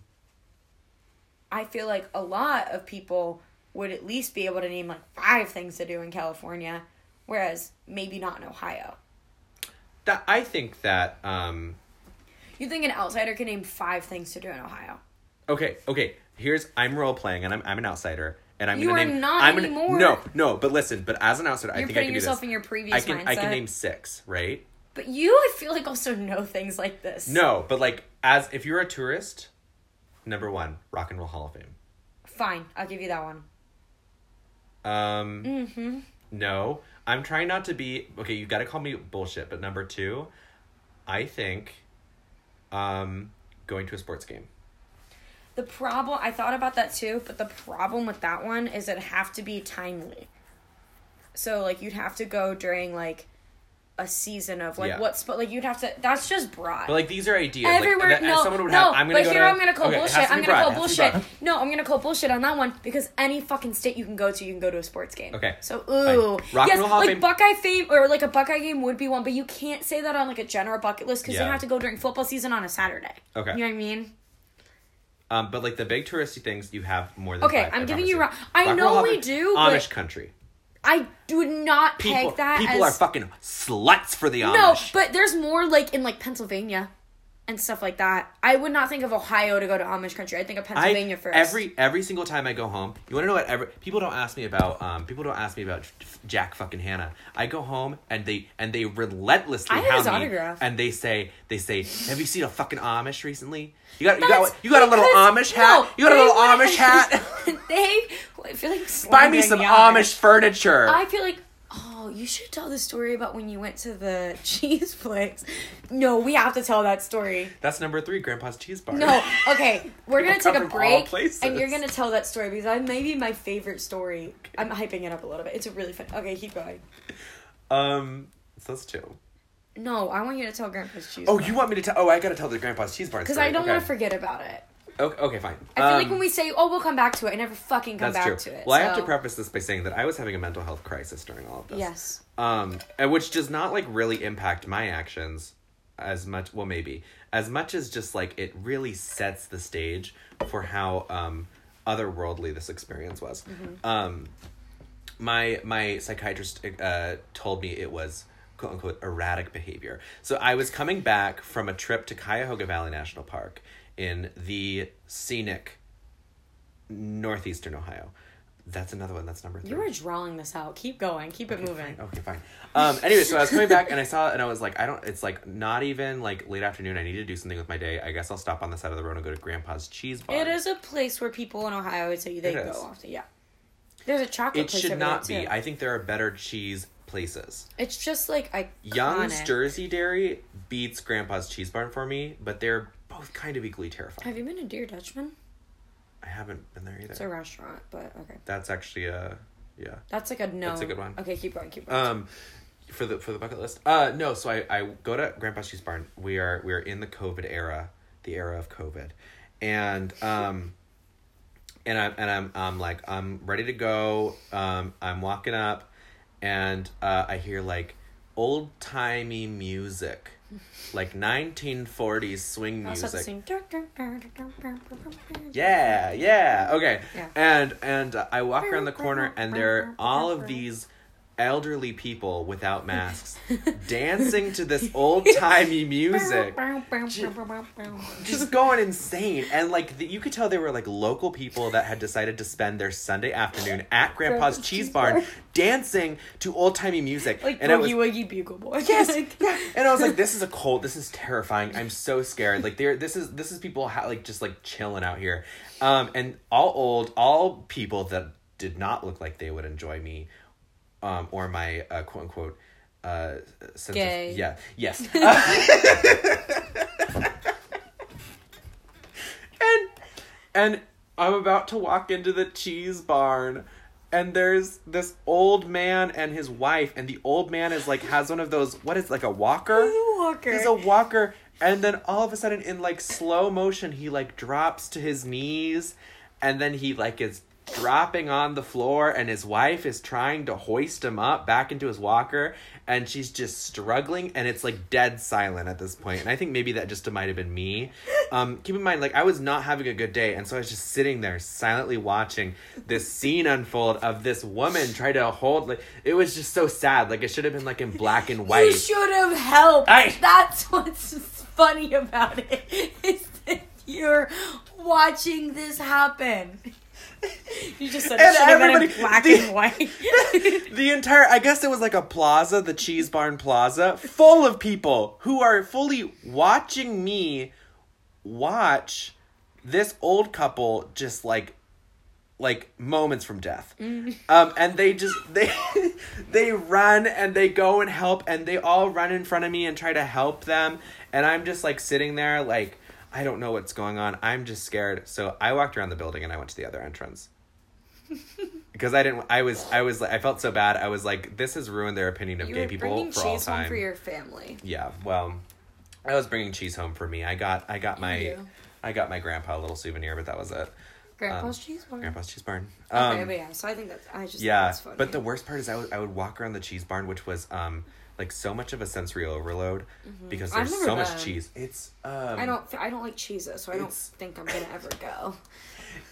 I feel like a lot of people would at least be able to name like five things to do in California, whereas maybe not in Ohio.
That I think that um,
You think an outsider can name five things to do in Ohio?
Okay, okay. Here's I'm role playing, and I'm I'm an outsider, and I'm
You
gonna
are
name.
not
I'm gonna,
anymore.
No, no. But listen, but as an outsider, I
You're
think I
putting
can
yourself
do
in
this.
your previous
I can
mindset.
I can name six, right?
but you, I feel like also know things like this.
No, but like as if you're a tourist, number one, Rock and Roll Hall of Fame.
Fine, I'll give you that one.
Um,
Mm-hmm.
no, I'm trying not to be okay. You got to call me bullshit, but number two, I think, um, going to a sports game.
The problem I thought about that too, but the problem with that one is it'd have to be timely. So like you'd have to go during like a season of like
Yeah.
what's but like you'd have to that's just broad.
But like these are ideas. like,
Everywhere,
that-
no,
someone would
no.
have, I'm gonna
but
go
here
to-
I'm gonna call
okay, it has
bullshit.
to be
I'm gonna
broad,
call
it has to be
bullshit.
broad.
No, I'm gonna call bullshit on that one because any fucking state you can go to, you can go to a sports game.
Okay,
So ooh,
fine. Rock and
yes,
Roll Hall of
like
Fame-
Buckeye fame or like a Buckeye game would be one, but you can't say that on like a general bucket list because
Yeah.
you have to go during football season on a Saturday.
Okay.
you know what I mean?
Um, but like the big touristy things, you have more than.
Okay,
five,
I'm
I
giving
promise
you
you.
ra- I
Rock
know
and roll
we
happened-
do, but-
Amish country.
I do not
People,
peg that
people
as
are fucking sluts for the Amish.
no, but there's more like in like Pennsylvania and stuff like that. I would not think of Ohio to go to Amish country. I think of
I,
Pennsylvania first.
Every every single time I go home, you want to know what? Every people don't ask me about. Um, people don't ask me about J- Jack fucking Hannah. I go home and they and they relentlessly
I have his
hound me,
autograph.
and they say they say, "Have you seen a fucking Amish recently? You got you got
That's
you got a little
because-
Amish hat.
no,
you got a
they
little
wanna-
Amish hat.
they I feel like
Buy me
slandering
some
the
Amish furniture."
I feel like oh, you should tell the story about when you went to the cheese place. No, we have to tell that story.
That's number three, Grandpa's cheese bar.
No, okay, we're gonna
People
take a
come from all
break,
places.
and you're gonna tell that story because I maybe my favorite story. I'm hyping it up a little bit. It's a really fun. Okay, keep going.
Um, so that's two.
No, I want you to tell Grandpa's cheese.
Oh, you want me to tell? Oh, I gotta tell the grandpa's cheese bar.
because I don't want to forget about it.
Okay, okay fine.
I feel like when we say, "Oh, we'll come back to it," I never fucking come
Um, that's
back
true.
to it.
well, I
so-
have to preface this by saying that I was having a mental health crisis during all of this.
Yes.
Um, and which does not like really impact my actions as much. Well, maybe as much as just like it really sets the stage for how um otherworldly this experience was. Um, my my psychiatrist uh, told me it was quote unquote erratic behavior. So I was coming back from a trip to Cuyahoga Valley National Park in the scenic northeastern Ohio. That's another one. That's number three.
You were drawing this out. Keep going. Keep it moving.
Okay, fine. Um, anyway, so I was coming back and I saw it and I was like, I don't, it's like not even like late afternoon. I need to do something with my day. I guess I'll stop on the side of the road and go to Grandpa's Cheese Bar.
It is a place where people in Ohio would say they
It
go
is.
often. Yeah. There's a chocolate
It
place
should
over there,
not be.
too.
I think there are better cheese places.
It's just like I.
Young's Jersey Dairy beats Grandpa's Cheese Barn for me, but they're both kind of equally terrifying.
Have you been to Dear Dutchman?
I haven't been there either.
It's a restaurant, but okay.
That's actually a yeah.
That's like a no.
a good one.
Okay, keep going. Keep going.
Um, for the for the bucket list. Uh, no. So I I go to Grandpa's Cheese Barn. We are we are in the COVID era, the era of COVID, and um. And I'm and I'm I'm like I'm ready to go. Um, I'm walking up, and uh, I hear like old timey music, like 1940s swing
I also have to
music.
sing.
Yeah, yeah. Okay.
Yeah.
And and uh, I walk around the corner and there are all of these elderly people without masks dancing to this old timey music. just going insane and like the, you could tell they were like local people that had decided to spend their sunday afternoon at grandpa's cheese barn oh, dancing to old-timey music
Like
and
Boogie
i was
Woogie Bugle Boy.
yes
Like-
yeah and i was like this is a cult this is terrifying i'm so scared like there this is this is people ha- like just like chilling out here um and all old all people that did not look like they would enjoy me um or my uh, quote-unquote uh sense
Gay.
of yeah yes and and I'm about to walk into the cheese barn and there's this old man and his wife and the old man is like has one of those what is like a walker?
Walker.
He's a walker and then all of a sudden in like slow motion he like drops to his knees and then he like is dropping on the floor and his wife is trying to hoist him up back into his walker and she's just struggling and it's like dead silent at this point and i think maybe that just might have been me um keep in mind like i was not having a good day and so i was just sitting there silently watching this scene unfold of this woman try to hold like it was just so sad like it should have been like in black and white
You should have helped.
I-
That's what's funny about it. Is that you're watching this happen. You just said
And
it should have been in
everybody-
black
the-
and white.
the entire i guess it was like a plaza the cheese barn plaza full of people who are fully watching me watch this old couple just like like moments from death
Mm.
um and they just they they run and they go and help and they all run in front of me and try to help them and i'm just like sitting there like i don't know what's going on i'm just scared so i walked around the building and i went to the other entrance because I didn't. I was. I was. like I felt so bad. I was like, this has ruined their opinion of
You
gay
were
people
bringing
for all
cheese
time. Um,
home for your family.
yeah. Well, I was bringing cheese home for me. I got. I got my.
You.
I got my grandpa a little souvenir, but that was it.
Grandpa's
Um,
cheese one.
Grandpa's cheese barn. Um,
Oh. okay, but yeah, so I think that's I just think
yeah,
that's funny.
but the worst part is I would I would walk around the cheese barn, which was um like so much of a sensory overload because
Mm-hmm. I've
there's
never
so much
been.
cheese. It's um
I don't I don't like cheeses, so I don't
It's-
think I'm gonna ever go.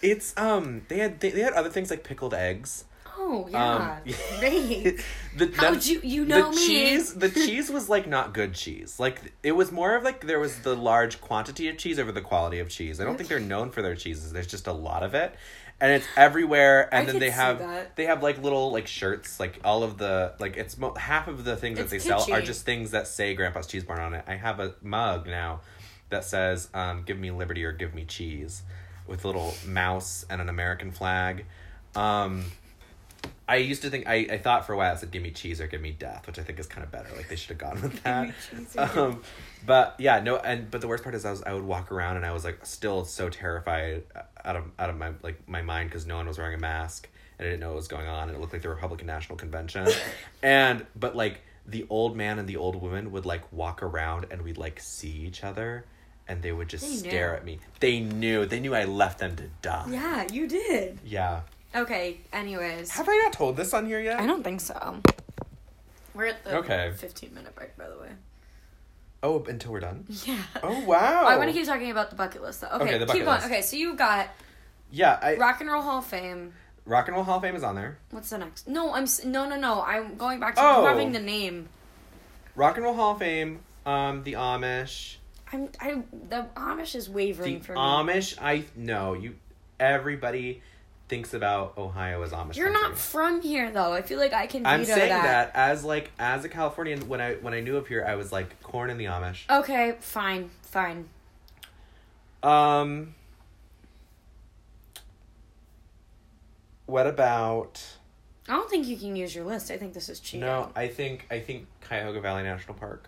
it's um they had they, they had other things like pickled eggs.
Oh yeah,
Um,
great.
The,
How
them-
would you? You know
the
me.
cheese the cheese was like not good cheese like it was more of like there was the large quantity of cheese over the quality of cheese i don't think they're known for their cheeses there's just a lot of it and it's everywhere and
I
then
could
they
see
have
that.
they have like little like shirts like all of the like it's mo- half of the things
It's
that they sell are
kitschy.
just things that say grandpa's cheese barn on it i have a mug now that says um, give me liberty or give me cheese with a little mouse and an american flag um, I used to think I, I thought for a while I said give me cheese or give me death, which I think is kind of better. Like they should have gone with that. um, but yeah, no, and but the worst part is I was I would walk around and I was like still so terrified uh, out of out of my like my mind because no one was wearing a mask and I didn't know what was going on and it looked like the Republican National Convention, and but like the old man and the old woman would like walk around and we'd like see each other and they would just
They
stare
knew.
at me. They knew they knew I left them to die.
Yeah, you did.
Yeah.
Okay. Anyways,
Have I not told this on here yet?
I don't think so. We're at the
Okay.
15 minute break, by the way.
Oh, until we're done.
Yeah.
Oh wow!
I want to keep talking about the bucket list though. Okay,
Okay, the bucket
keep going.
list.
Okay, so you got
yeah, I, rock-,
Rock and Roll Hall of Fame.
and Roll Hall of Fame is on there.
What's the next? No, I'm s- no no no. I'm going back to
Oh.
having the name.
Rock and Roll Hall of Fame, um, the Amish,
I'm I the Amish is
the
wavering for me.
Amish. I no, you. Everybody thinks about Ohio as Amish.
You're not
country.
from here though. I feel like I can veto
I'm saying
that.
that. as like as a Californian. When I when I knew up here, I was like corn and the Amish.
Okay, fine, fine.
Um. What about?
I don't think you can use your list. I think this is cheating.
No, I think I think Cuyahoga Valley National Park.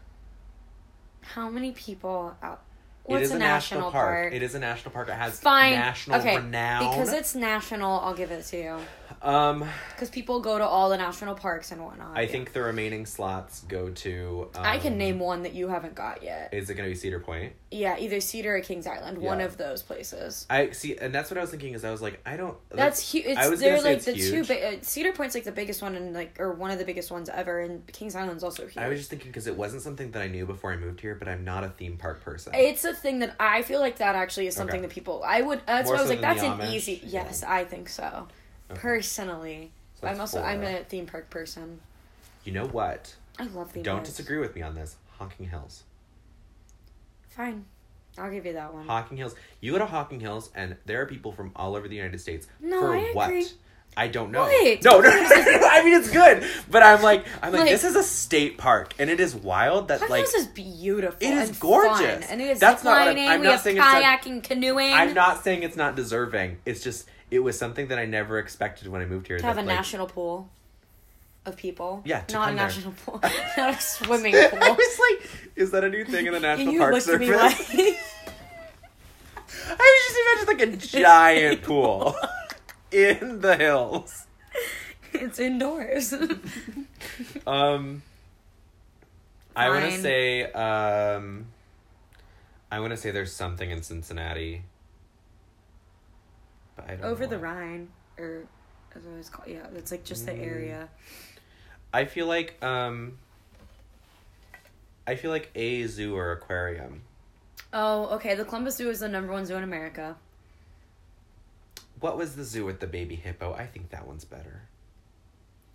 How many people out?
It
What's
is
a national, park?
It is a national park. It has
Fine.
national
okay.
renown.
Because it's national, I'll give it to you.
um,
Because people go to all the national parks and whatnot.
I think the remaining slots go to. Um,
I can name one that you haven't got yet.
Is it going to be Cedar Point?
Yeah, either Cedar or Kings Island. One
Yeah.
of those places.
I see, and that's what I was thinking. Is I was like, I don't.
That's huge.
I
It's
was gonna
they're
say
like
it's
the two.
huge.
Big, uh, Cedar Point's like the biggest one and like or one of the biggest ones ever, and Kings Island's also huge.
I was just thinking because it wasn't something that I knew before I moved here, but I'm not a theme park person.
It's a thing that I feel like that actually is something
Okay.
that people I would. That's
More
why I was
so
like,
than
that's
the
an
Amish?
easy.
Yeah.
Yes, I think so.
Okay.
Personally,
So that's
I'm also
four.
I'm a theme park person.
You know what?
I love the
Don't
Nerds.
disagree with me on this. Hocking Hills.
Fine. I'll give you that one.
Hocking Hills. You go to Hocking Hills, and there are people from all over the United States.
No,
for
I
what?
agree.
I don't know.
What?
No, no, no, no, no, I mean it's good, but I'm like, I'm like,
Like-
this is a state park, and it is wild that
Hocking
like
Hills is beautiful.
It is
and
gorgeous.
fun, and it is
That's
That's
not what I'm-
ziplining.
I'm
we
not
have
saying it's not-
kayaking, canoeing.
I'm not saying it's not deserving. It's just it was something that I never expected when I moved here.
to have a
that, like-
national pool of people.
Yeah, to
not a
come there.
national pool, not a swimming
I
pool.
was like, is that a new thing in the
And
National
you
Park
looked at
Service?
me like,
I was just imagining like a giant pool in the hills.
it's indoors.
Um, I want to
Fine.
say, um, I want to say there's something in Cincinnati. But I don't
Over
know
the
what.
Rhine, or as I was called, yeah, it's like just
Mm.
the area.
I feel like um. I feel like a zoo or aquarium.
Oh, okay. The Columbus Zoo is the number one zoo in America.
What was the zoo with the baby hippo? I think that one's better.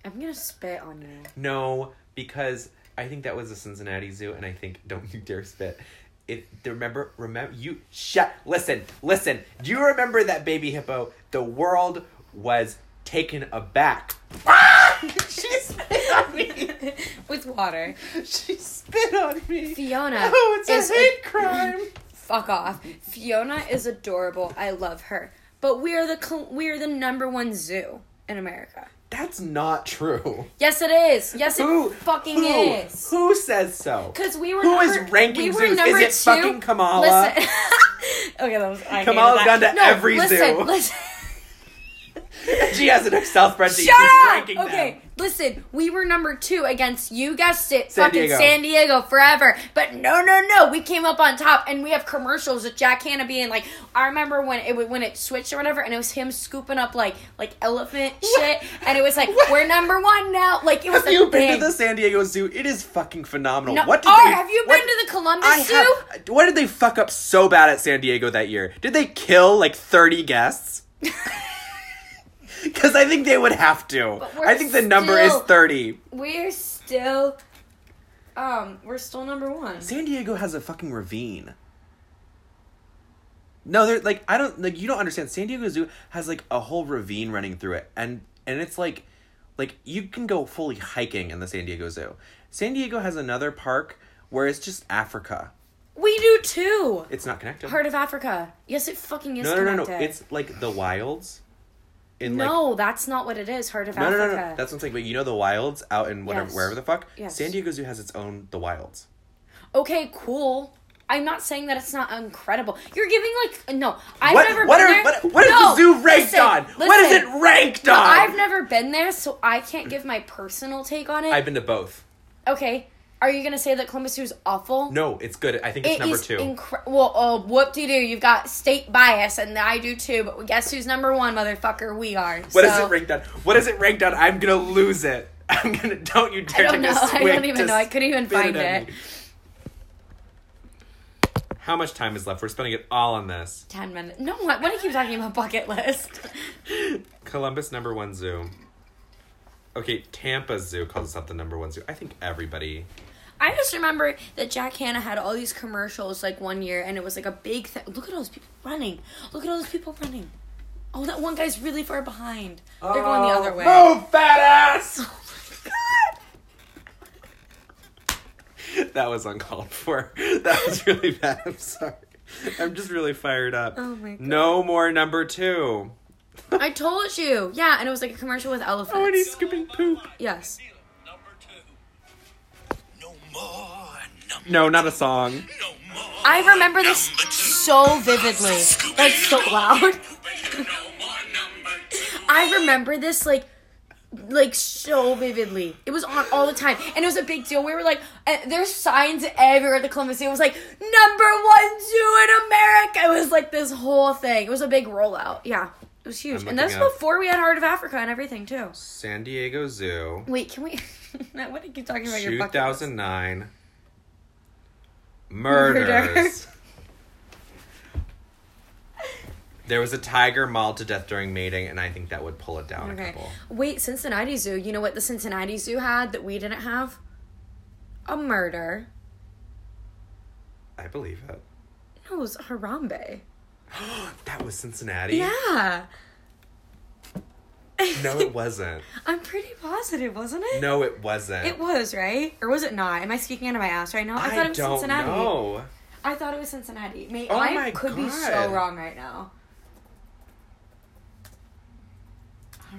I'm gonna spit on you.
No, because I think that was the Cincinnati Zoo, and I think don't you dare spit. If remember, remember you shut. Listen, listen. Do you remember that baby hippo? The world was taken aback. Ah! she spit on me.
With water.
She spit on me.
Fiona.
Oh, it's
is
a hate crime.
Fuck off. Fiona is adorable. I love her. But we are the Col- we are the number one zoo in America.
That's not true.
Yes, it is. Yes, it
Who
fucking
who,
is.
Who says so?
Because we were
Who is
number-
ranking
we were
zoos? Is
number
it
two-
fucking Kamala?
Listen. okay, that was. I hated
Kamala's
that.
gone to every
listen,
zoo.
Listen.
She has an Excel spreadsheet.
Shut
She's
up!
ranking
Okay,
them.
listen. We were number two against you guessed it,
San
fucking
Diego.
San Diego forever. But no, no, no. We came up on top, and we have commercials with Jack Hanna being like, I remember when it when it switched or whatever, and it was him scooping up like like elephant shit, and it was like we're number one now. Like it was
Have
a
you
thing.
been to the San Diego Zoo? It is fucking phenomenal.
No,
What did
Ar,
they?
have you
what-
been to the Columbus
I
Zoo?
have. What did they fuck up so bad at San Diego that year? Did they kill like thirty guests? Because I think they would have to.
But we're
I think the number is
still-
thirty.
We're still, um, we're still number one.
San Diego has a fucking ravine. No, they're like I don't like you don't understand. San Diego Zoo has like a whole ravine running through it, and and it's like, like you can go fully hiking in the San Diego Zoo. San Diego has another park where it's just Africa.
We do too.
It's not connected.
Part of Africa. Yes, it fucking is.
no, no, no, no.
connected.
It's like the wilds. In
no, that's not what it is. Heart of
like no,
Africa.
no, no, no. That's what I'm saying. But you know the wilds out in whatever
Yes.
wherever the fuck.
Yes.
San Diego Zoo has its own the wilds.
okay, cool. I'm not saying that it's not incredible. You're giving like no. I've
what
never
what
been
are
there.
what what is
No,
the zoo ranked
listen,
on? What is
listen.
it ranked on?
I've never been there, so I can't give my personal take on it.
I've been to both.
okay, are you gonna say that Columbus Zoo is awful?
No, it's good. I think it's
It
number
is
two.
incre- well, oh, whoop de doo. You've got state bias, and I do too. But guess who's number one, motherfucker? We are.
What is
so,
it ranked on? What is it ranked on? I'm gonna lose it. I'm gonna. Don't you
I
dare
don't
take
know.
a
I
swig
don't even
to
know. I couldn't even
spit
find
at
it.
me. How much time is left? We're spending it all on this.
Ten minutes. No, what? What do you keep talking about? Bucket list.
Columbus number one zoo. Okay, Tampa Zoo calls itself the number one zoo. I think everybody.
I just remember that Jack Hanna had all these commercials like one year, and it was like a big thing. Look at all those people running! Look at all those people running! Oh, that one guy's really far behind. They're going the
Oh.
other way.
Move, fat ass.
Oh my god!
that was uncalled for. That was really bad. I'm sorry. I'm just really fired up.
Oh my God.
No more number two.
I told you, yeah, and it was like a commercial with elephants.
Oh, and he's scooping poop.
yes.
Number two. No more. Number
No, not a song.
no more.
I remember this so vividly, like so loud.
no more number two.
I remember this like like so vividly. It was on all the time, and it was a big deal. We were like, uh, there's signs everywhere at the Columbus Zoo. It was like number one zoo in America. It was like this whole thing. It was a big rollout. Yeah, it was huge,
I'm
and that's
looking up-
before we had Heart of Africa and everything too.
San Diego Zoo,
Wait, can we? what did you talking about? Your bucket list?
2009. Murders.
Murder.
There was a tiger mauled to death during mating, and I think that would pull it down a
Okay.
couple.
Wait, Cincinnati Zoo. You know what the Cincinnati Zoo had that we didn't have? A murder.
I believe it.
No, it was Harambe.
That was Cincinnati.
Yeah.
No, it wasn't.
I'm pretty positive, wasn't it?
No, it wasn't.
It was, right? Or was it not? Am I speaking out of my ass right now? I,
I,
thought it was
don't
Cincinnati.
know.
I thought it was Cincinnati. May-
Oh
I
my
could be so
God.
wrong right now.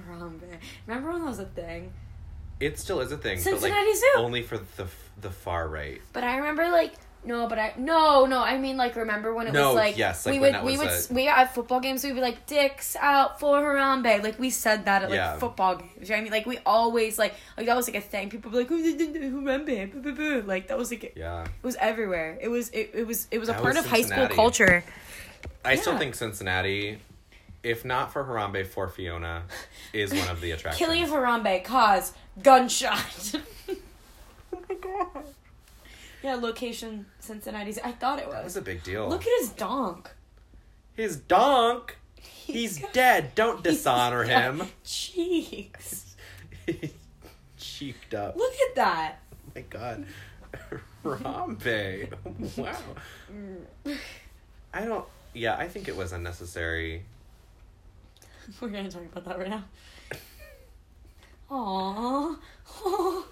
Harambe. Remember when that was a thing?
It still is a thing. but
Cincinnati
like,
Zoo.
Only for the the far right.
But I remember like no, but I no no. I mean like remember when it
No,
was like
yes, like,
we
when
would
that
we
was
would
a-
s- we at football games we'd be like dicks out for Harambe like we said that at like
Yeah.
football games. You know what I mean like we always like like that was like a thing. People were like "Who did the- the Harambe boo, boo, boo." like that was like it
Yeah.
was everywhere. It was it, it was it was a
That
part
was
of high school
Cincinnati.
culture.
I still
Yeah.
think Cincinnati, if not for Harambe, for Fiona, is one of the attractions.
Killing of Harambe cause gunshot.
oh my god.
yeah, location Cincinnati's. I thought it
That was
was.
a big deal.
Look at his donk.
his donk. He's dead. Don't dishonor him.
Jeez.
He's cheeked up.
Look at that.
Oh my god. Harambe. wow. I don't. Yeah, I think it was unnecessary.
We're gonna talk about that right now. Aww.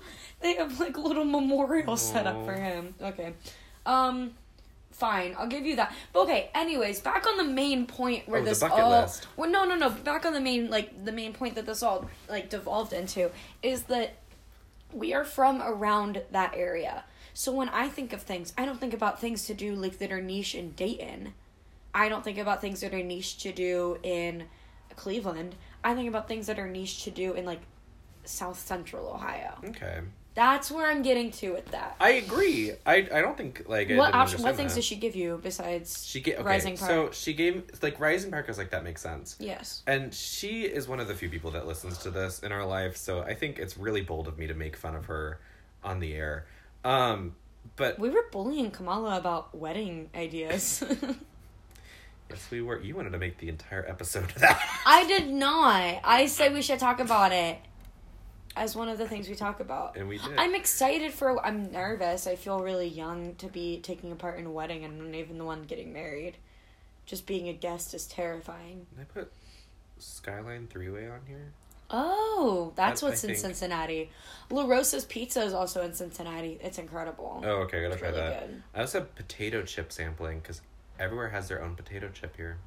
they have like a little memorial set up for
Aw.
him. Okay. Um fine, I'll give you that. But okay, anyways, back on the main point where
Oh, the
this
bucket
all
list.
Well no no no, back on the main like the main point that this all like devolved into is that we are from around that area. So when I think of things, I don't think about things to do like that are niche in Dayton. I don't think about things that are niche to do in Cleveland. I think about things that are niche to do in like South Central Ohio.
Okay.
That's where I'm getting to with that.
I agree. I I don't think like I
what option? What
didn't understand
things
that.
does she give you besides
She gave okay,
Rising Park?
So she gave like Rising Park. I was like, that makes sense.
yes.
And she is one of the few people that listens to this in our life, so I think it's really bold of me to make fun of her on the air. Um, but
We were bullying Kamala about wedding ideas.
yes, we were. You wanted to make the entire episode of that.
I did not. I said we should talk about it as one of the things we talk about.
And we did.
I'm excited for. I'm nervous. I feel really young to be taking a part in a wedding, and I'm not even the one getting married. Just being a guest is terrifying.
Can I put Skyline Three Way on here?
Oh, that's
That's-
what's
I
in
think-
Cincinnati. La Rosa's Pizza is also in Cincinnati. It's incredible.
Oh, okay, I gotta
It's
try
really
that.
good.
I also have potato chip sampling because everywhere has their own potato chip here.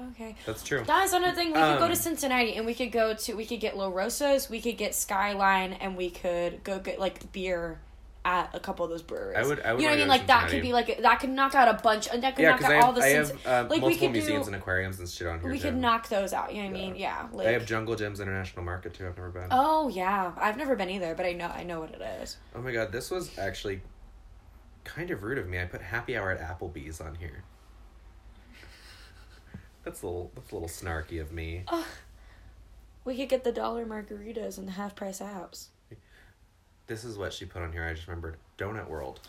Oh.
Okay.
That's true.
That's another thing. We could go to
Um,
Cincinnati and we could go to, we could get La Rosa's, we could get Skyline, and we could go get like beer at a couple of those breweries.
I would- I would
you know what I mean?
wanna go to
Like that could
Cincinnati.
be like, that could knock out a bunch, and that could
yeah,
knock
because
out
I
all the
have, I have
Cinci-
uh,
like, we
multiple
could
museums
do-
and aquariums and shit on here.
we could
too.
knock those out. You know what I mean? Yeah. like,
I have Jungle Gyms International Market too. I've never been.
oh, yeah. I've never been either, but I know, I know what it is.
Oh my god, this was actually kind of rude of me. I put happy hour at Applebee's on here. That's a little that's a little snarky of me.
Oh. We could get the dollar margaritas and the half price apps.
This is what she put on here. I just remembered Donut World.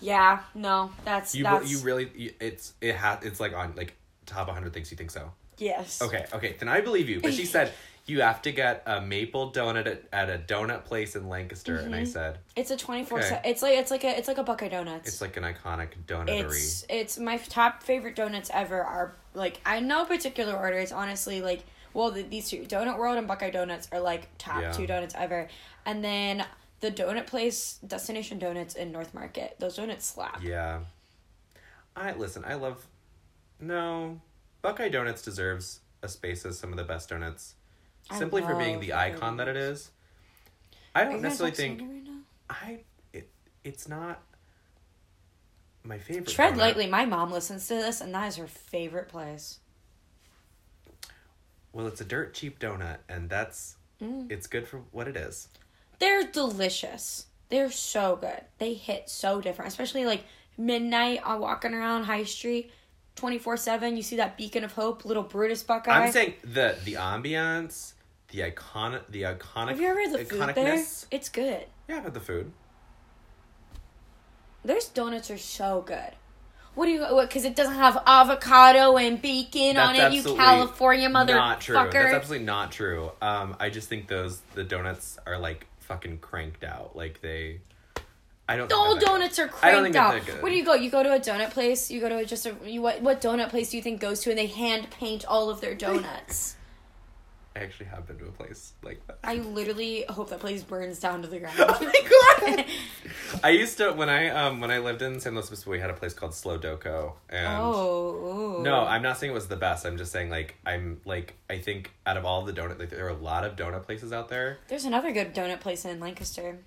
Yeah, no, that's
You
that's
you really you, it's it ha, it's like on like top 100 things you think so.
yes.
Okay, okay, then I believe you. But she said you have to get a maple donut at, at a donut place in Lancaster and
Mm-hmm.
I said
It's a twenty four.
Okay.
se It's like it's like a it's like a Buckeye Donuts.
it's like an iconic donutery.
it's it's my top favorite donuts ever are like I no particular order. It's honestly like well the, these two Donut World and Buckeye Donuts are like top
Yeah.
two donuts ever, and then the donut place Destination Donuts in North Market. Those donuts slap.
Yeah. I listen, I love no. Buckeye Donuts deserves a space as some of the best donuts.
I
Simply for being
love
the
Buckeye
icon that it
Donuts.
is. I
Are you
don't
guys
necessarily
upset
think
right now?
I it, it's not my favorite.
Tread
donut.
lightly. My mom listens to this, and that is her favorite place.
Well, it's a dirt cheap donut and that's
Mm.
it's good for what it is.
They're delicious. They're so good. They hit so different, especially like midnight on walking around High Street, twenty four seven. You see that beacon of hope, little Brutus Buckeye.
I'm saying the the ambiance, the iconic the iconic
Have you ever had the food there?
iconicness.
It's good.
Yeah, but the food.
Their donuts are so good. What do you? What? Because it doesn't have avocado and bacon on
That's
it. You
absolutely
California
Not true. That's
motherfucker.
absolutely not true. Um, I just think those the donuts are like fucking cranked out. Like they, I don't.
The
think
whole
they're that good.
donuts are
I don't
cranked
think that
out.
they're good.
Where do you go? You go to a donut place. You go to a, just a you, what? What donut place do you think goes to and they hand paint all of their donuts?
I actually have been to a place like that.
I literally hope that place burns down to the ground.
Oh my god! I used to when I um when I lived in San Luis Obispo, we had a place called Slow Doco, and
oh.
no, I'm not saying it was the best. I'm just saying like I'm like I think out of all the donut, like there are a lot of donut places out there.
There's another good donut place in Lancaster.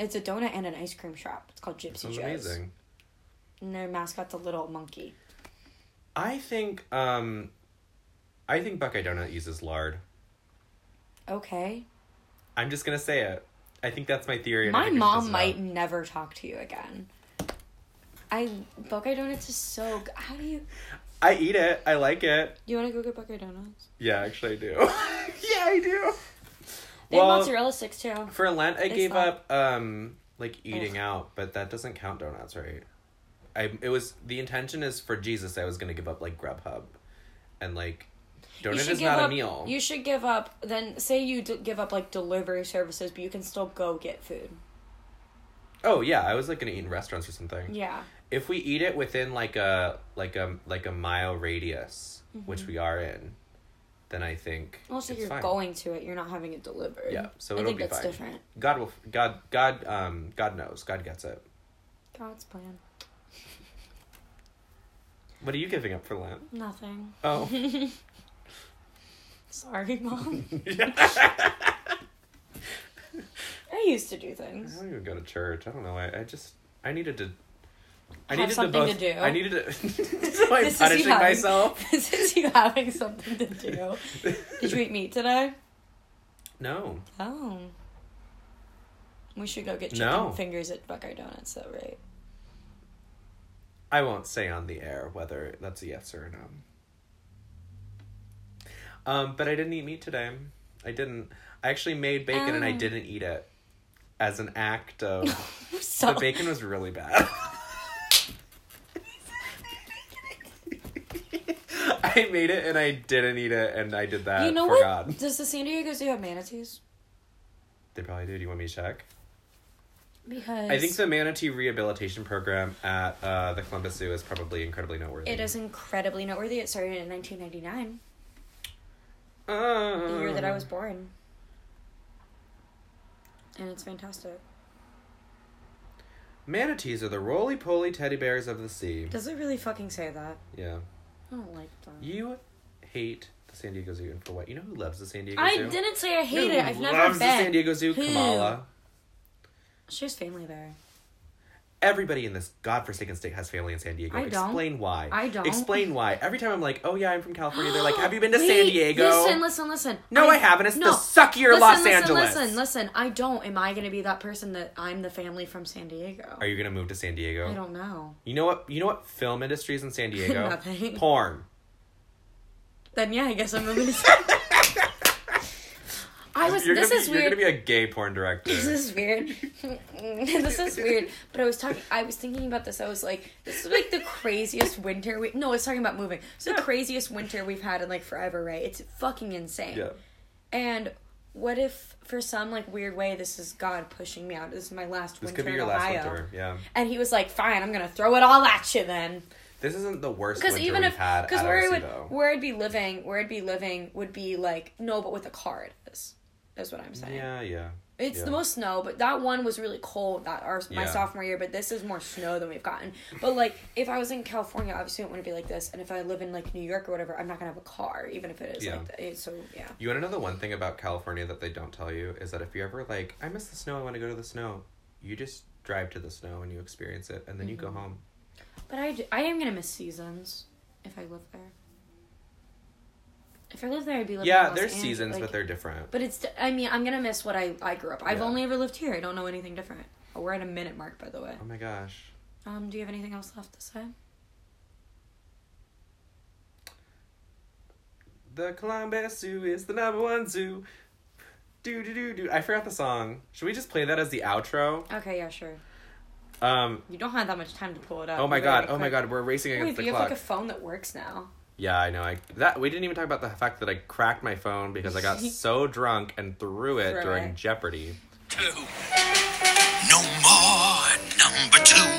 It's a donut and an ice cream shop. It's called Gypsy
Sounds
Joe's.
amazing.
And their mascot's a little monkey.
I think um, I think Buckeye Donut uses lard.
Okay.
I'm just gonna say it. I think that's my theory. and I
My
think it's
mom
just
might
about-
never talk to you again. I Buckeye Donuts is so good. How do you
I eat it. I like it.
you want to go get Buckeye Donuts?
Yeah, actually, I do. yeah, I do.
They have mozzarella sticks too.
for Lent, I
It's
gave
not-
up um like eating out, but that doesn't count donuts, right? I it was the intention is for Jesus. I was gonna give up like Grubhub, and like
You
donut
should
is
give
not
up,
a meal.
You should give up. Then say you d- give up like delivery services, but you can still go get food.
oh yeah, I was like gonna eat in restaurants or something.
Yeah.
If we eat it within like a like a like a mile radius, which we are in, then I think
Mm-hmm. Also,
it's
you're
fine.
going to it. You're not having it delivered.
Yeah, so
I
it'll
think
be
that's
fine.
different.
God will God God um God knows God gets it.
God's plan.
What are you giving up for Lent?
Nothing.
Oh.
Sorry, mom.
I
I used to do things.
don't even go to church. I don't know. I, I just I needed to. I
Have
needed
something
both,
to do.
I needed to. so I'm
This is
punishing
young.
myself.
this is you having something to do. Did you eat meat today?
No,
Oh. We should go get chicken
No.
fingers at Buckeye Donuts, though, right?
I won't say on the air whether that's a yes or a no. Um, but I didn't eat meat today. I didn't. I actually made bacon and I
Oh.
didn't eat it, as an act of.
So
The bacon was really bad. I made it and I didn't eat it and I did that
you know
for
what?
God.
Does the San Diego Zoo have manatees?
They probably do. Do you want me to check?
Because
I think the manatee rehabilitation program at uh, the Columbus Zoo is probably incredibly noteworthy.
it is incredibly noteworthy. It started in 1999,
Uh,
the year that I was born, and it's fantastic.
Manatees are the roly poly teddy bears of the sea.
Does it really fucking say that?
Yeah.
I don't like that.
You hate the San Diego Zoo and for what? You know who loves the San Diego
I
Zoo?
didn't say I
You
hate
know
it.
who
I've never been.
loves the San Diego Zoo?
Who?
Kamala.
She has family there.
everybody in this godforsaken state has family in San Diego.
I don't.
Explain why.
I don't.
Explain why. Every time I'm like, oh yeah, I'm from California, they're like, have you been to San
Wait,
Diego?
Listen, listen, listen.
No, I haven't. It's the suckier
listen,
Los
listen,
Angeles.
Listen, listen. I don't. Am I going to be that person that I'm the family from San Diego?
Are you gonna move to San Diego?
I don't know.
You know what? You know what? Film industries in San Diego.
Nothing.
Porn.
Then yeah, I guess I'm moving to San. I was.
You're
This
gonna
is
be,
weird.
You're gonna be a gay porn director.
this is weird. this is weird. But I was talking. I was thinking about this. I was like, this is like the craziest winter. We no, I was talking about moving. It's the craziest winter we've had in like forever, right? It's fucking insane.
yeah.
And what if, for some like weird way, this is God pushing me out? This is my last
This
winter
could be your
in
last
Ohio.
winter. Yeah.
And he was like, "Fine, I'm gonna throw it all at you then."
This isn't the worst
Because
winter
even
we've
if,
had.
because
at
where I would,
Arecibo.
where I'd be living, where I'd be living would be like no, but with a car it is, is what I'm saying.
Yeah, yeah.
It's
yeah.
the most snow, but that one was really cold that our my
Yeah.
sophomore year. But this is more snow than we've gotten. But like, if I was in California, obviously it wouldn't be like this. And if I live in like New York or whatever, I'm not gonna have a car, even if it is
Yeah.
like that. So yeah.
You want to know the one thing about California that they don't tell you is that if you're ever like, I miss the snow, I want to go to the snow, you just drive to the snow and you experience it, and then you
Mm-hmm.
go home.
But I, d- I am gonna miss seasons if I live there. If I live there, I'd be living. in
yeah,
Los
there's
Angeles,
seasons,
like-
but they're different.
But it's. d- I mean, I'm gonna miss what I I grew up. I've
Yeah.
only ever lived here. I don't know anything different. Oh, we're at a minute mark, by the way.
oh my gosh,
Um, do you have anything else left to say?
the Columbus Zoo is the number one zoo. Do do do do. I forgot the song. Should we just play that as the outro?
Okay, yeah, sure.
Um,
You don't have that much time to pull it up.
oh my
You're very
god, oh my
quick.
god, we're racing
Uh, Wait,
against
but
the
you have
clock.
like a phone that works now.
yeah, I know. I that we didn't even talk about the fact that I cracked my phone because I got so drunk and threw it
Threw
during
it.
Jeopardy.
two. No more number two.